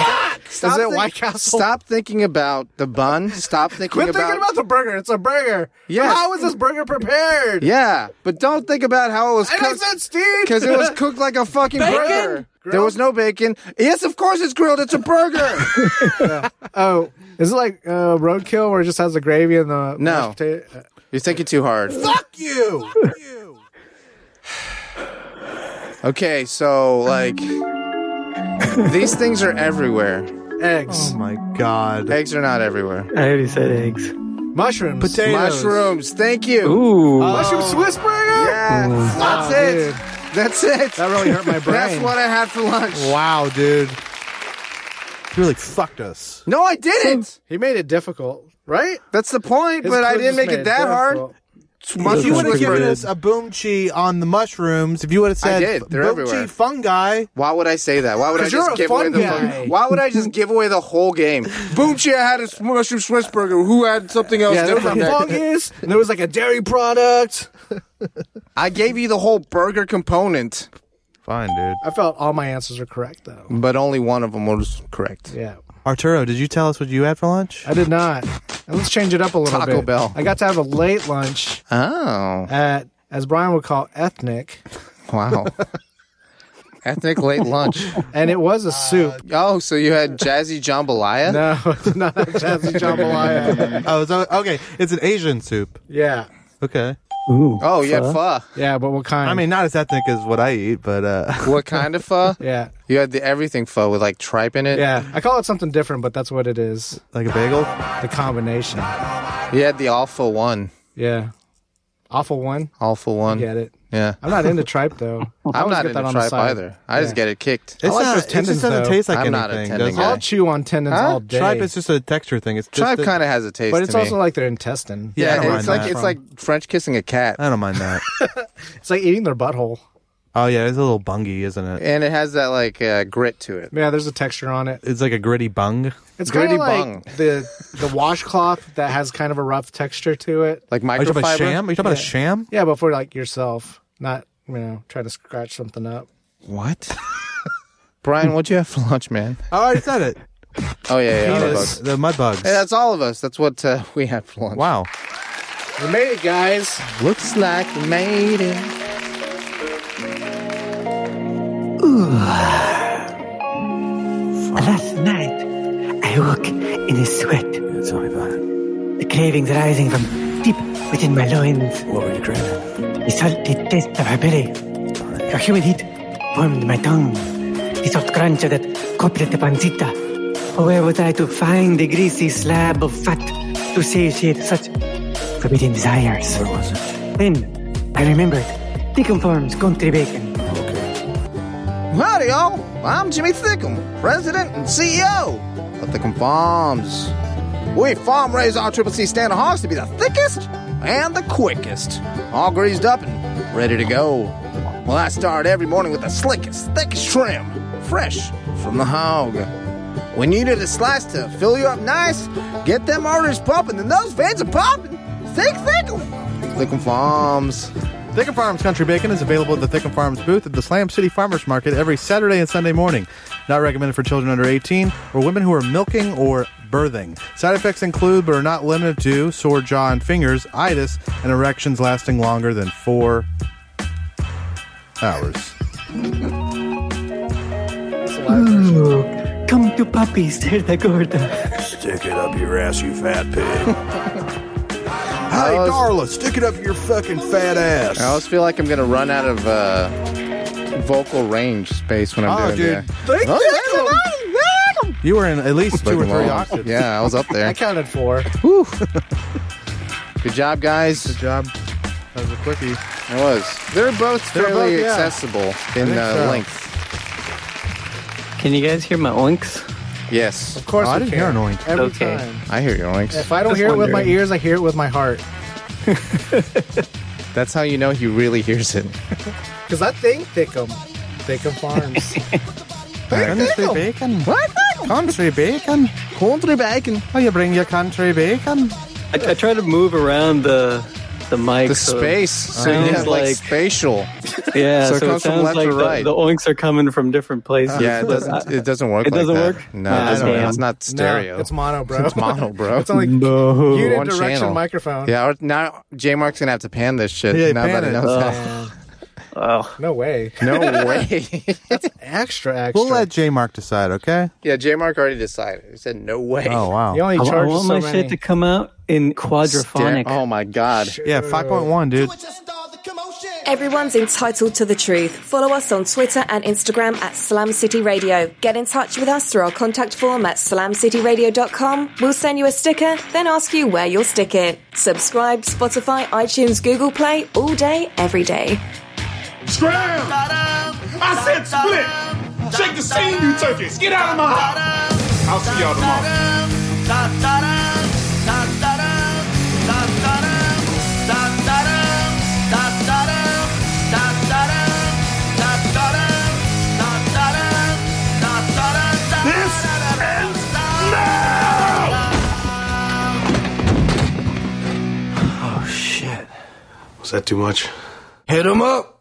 Stop, Is it White Castle? Stop thinking about the bun. Stop thinking Quit about thinking about the burger. It's a burger. Yes. How is this burger prepared? Yeah, but don't think about how it was And I cooked said Steve. because it was cooked like a fucking burger. There was no bacon. Yes, of course it's grilled. It's a burger. Oh, is it like uh, roadkill where it just has the gravy and the No. mashed potato? Uh, You're thinking too hard. Fuck you. Fuck you. okay, so like these things are everywhere. Eggs, oh my god. Eggs are not everywhere. I already said eggs. mushrooms, Mushrooms. Thank you. Uh, Ooh. mushroom Swiss burger. Yeah, that's Wow, it. dude. That's it. That really hurt my brain. That's what I had for lunch. Wow, dude. You really fucked us. No, I didn't. He made it difficult, right? That's the point. His but I clue didn't just make made it that hard. difficult. It's mushrooms You would have with given bread. us a boom chi on the mushrooms if you would have said did. They're boom everywhere. chi fungi. Why would I say that? Why would I 'Cause you're just a give away fun the guy. whole, Why would I just give away the whole game? Boomchi had a s- mushroom Swiss burger. Who had something else Yeah, there was different? a fungus, and there was like a dairy product. I gave you the whole burger component, Fine, dude. I felt all my answers were correct though. but only one of them was correct. Yeah, Arturo, did you tell us what you had for lunch? I did not. And let's change it up a little Taco bit. Bell. I got to have a late lunch Oh at, as Brian would call, ethnic, wow! Ethnic late lunch. and it was a soup. Oh, so you had jazzy jambalaya? No, it's not a jazzy jambalaya. oh, so, okay. It's an Asian soup. Yeah, Okay. Ooh. Oh, you had pho. yeah, but what kind? I mean, not as ethnic as what I eat, but uh, What kind of pho? yeah, You had the everything pho with like tripe in it. yeah. I call it something different, but that's what it is. like a bagel. The combination. You had the all for one. Yeah. Awful one. All for one. Get it. Yeah. I'm not into tripe though. I Um, I'm always not get into on the tripe side. either. I just Yeah. get it kicked. It's like not, those it just tendons, doesn't though. taste like I'm anything. not a tendon does it? guy. I'll chew on tendons all day. Tripe is just a texture thing. It's just Tripe a- kind of has a taste, but it's to me. also like their intestine. Yeah, I don't Yeah, mind it's like that. Uh, it's like French kissing a cat, I don't mind that. It's like eating their butthole. oh yeah, it's a little bungy, isn't it? and it has that like uh, grit to it. Yeah, there's a texture on it. It's like a gritty bung. It's kind Gritty of bung. like the the washcloth that has kind of a rough texture to it. Like Are you talking about microfiber. sham? Are you talking about a sham? Yeah, but for like yourself, not you know trying to scratch something up. What? Brian, what'd you have for lunch, man? I already said it. Oh yeah, yeah. all of Penis, us. the mud bugs. Hey, that's all of us. That's what uh, we had for lunch. wow. We made it, guys. Looks like we made it. Last night, I woke in a sweat. It's only bad. The cravings rising from deep within my loins. What were you craving? The salty taste of her belly. Her humid heat warmed my tongue. The soft crunch of that coplet de pancita. Oh, where was I to find the greasy slab of fat to satiate such forbidden desires? Where was it? Then I remembered Deacon Farms country bacon. Howdy, y'all. I'm Jimmy Thickum, president and CEO of Thickum Farms. We farm raise our Triple C standard hogs to be the thickest and the quickest, all greased up and ready to go. Well, I start every morning with the slickest, thickest trim, fresh from the hog. When you need a slice to fill you up nice, get them arteries pumping, and those veins are popping. Thick Thickum. Thickum Farms. Thicken Farms Country Bacon is available at the Thicken Farms booth at the Slam City Farmers Market every Saturday and Sunday morning. Not recommended for children under 18 or women who are milking or birthing. Side effects include, but are not limited to, sore jaw and fingers, itis, and erections lasting longer than four hours. Come to puppies, they're the gorda. Stick it up your ass, you fat pig. hey, Darla, stick it up your fucking fat ass. I always feel like I'm gonna run out of uh, vocal range space when I'm doing Oh, dude. that. Thank Oh, yeah, You were in at least two or three Fucking long. octaves. Yeah, I was up I there. counted four. Good job, guys. Good job. That was a quickie. It was. They're both They're both, fairly yeah. accessible in think uh, so. length. Can you guys hear my oinks? Yes, Of course, Oh, I we didn't can. hear an oink. Every Okay. time. I hear you, Oinks. If I don't Just hear it with my wondering. ears, I hear it with my heart. That's how you know he really hears it. Because I think Thickum. Thickum Farms. Country bacon. What? Country bacon. Country bacon. Oh, you bring your country bacon. I, I try to move around the the mic. The so- space. So you sounds have like, like- spatial. Yeah, So so, it it, comes from sounds left like to the, right. the oinks are coming from different places. Yeah, it but I- doesn't. It doesn't work. It like doesn't that. work? No, Ah, it doesn't work. damn. it's not stereo. No, it's mono, bro. It's mono, bro. it's only No. you One didn't direction channel. microphone. Yeah, or now J Mark's gonna have to pan this shit. Yeah, now pan that he it. knows Uh, that. No way. No way. Extra, extra. We'll let J Mark decide, okay? yeah, J Mark already decided. He said no way. Oh wow. He only I, wa- I charges want so my many. shit to come out in quadraphonic. Ster- oh my god. Yeah, five point one, dude. Everyone's entitled to the truth. Follow us on Twitter and Instagram at Slam City Radio. Get in touch with us through our contact form at slamcityradio.com. We'll send you a sticker, then ask you where you'll stick it. Subscribe, Spotify, iTunes, Google Play, all day, every day. Scram! I said split! Shake the scene, you turkeys! Get out of my house! I'll see y'all tomorrow. This ends now! shit. Was that too much? Hit him up!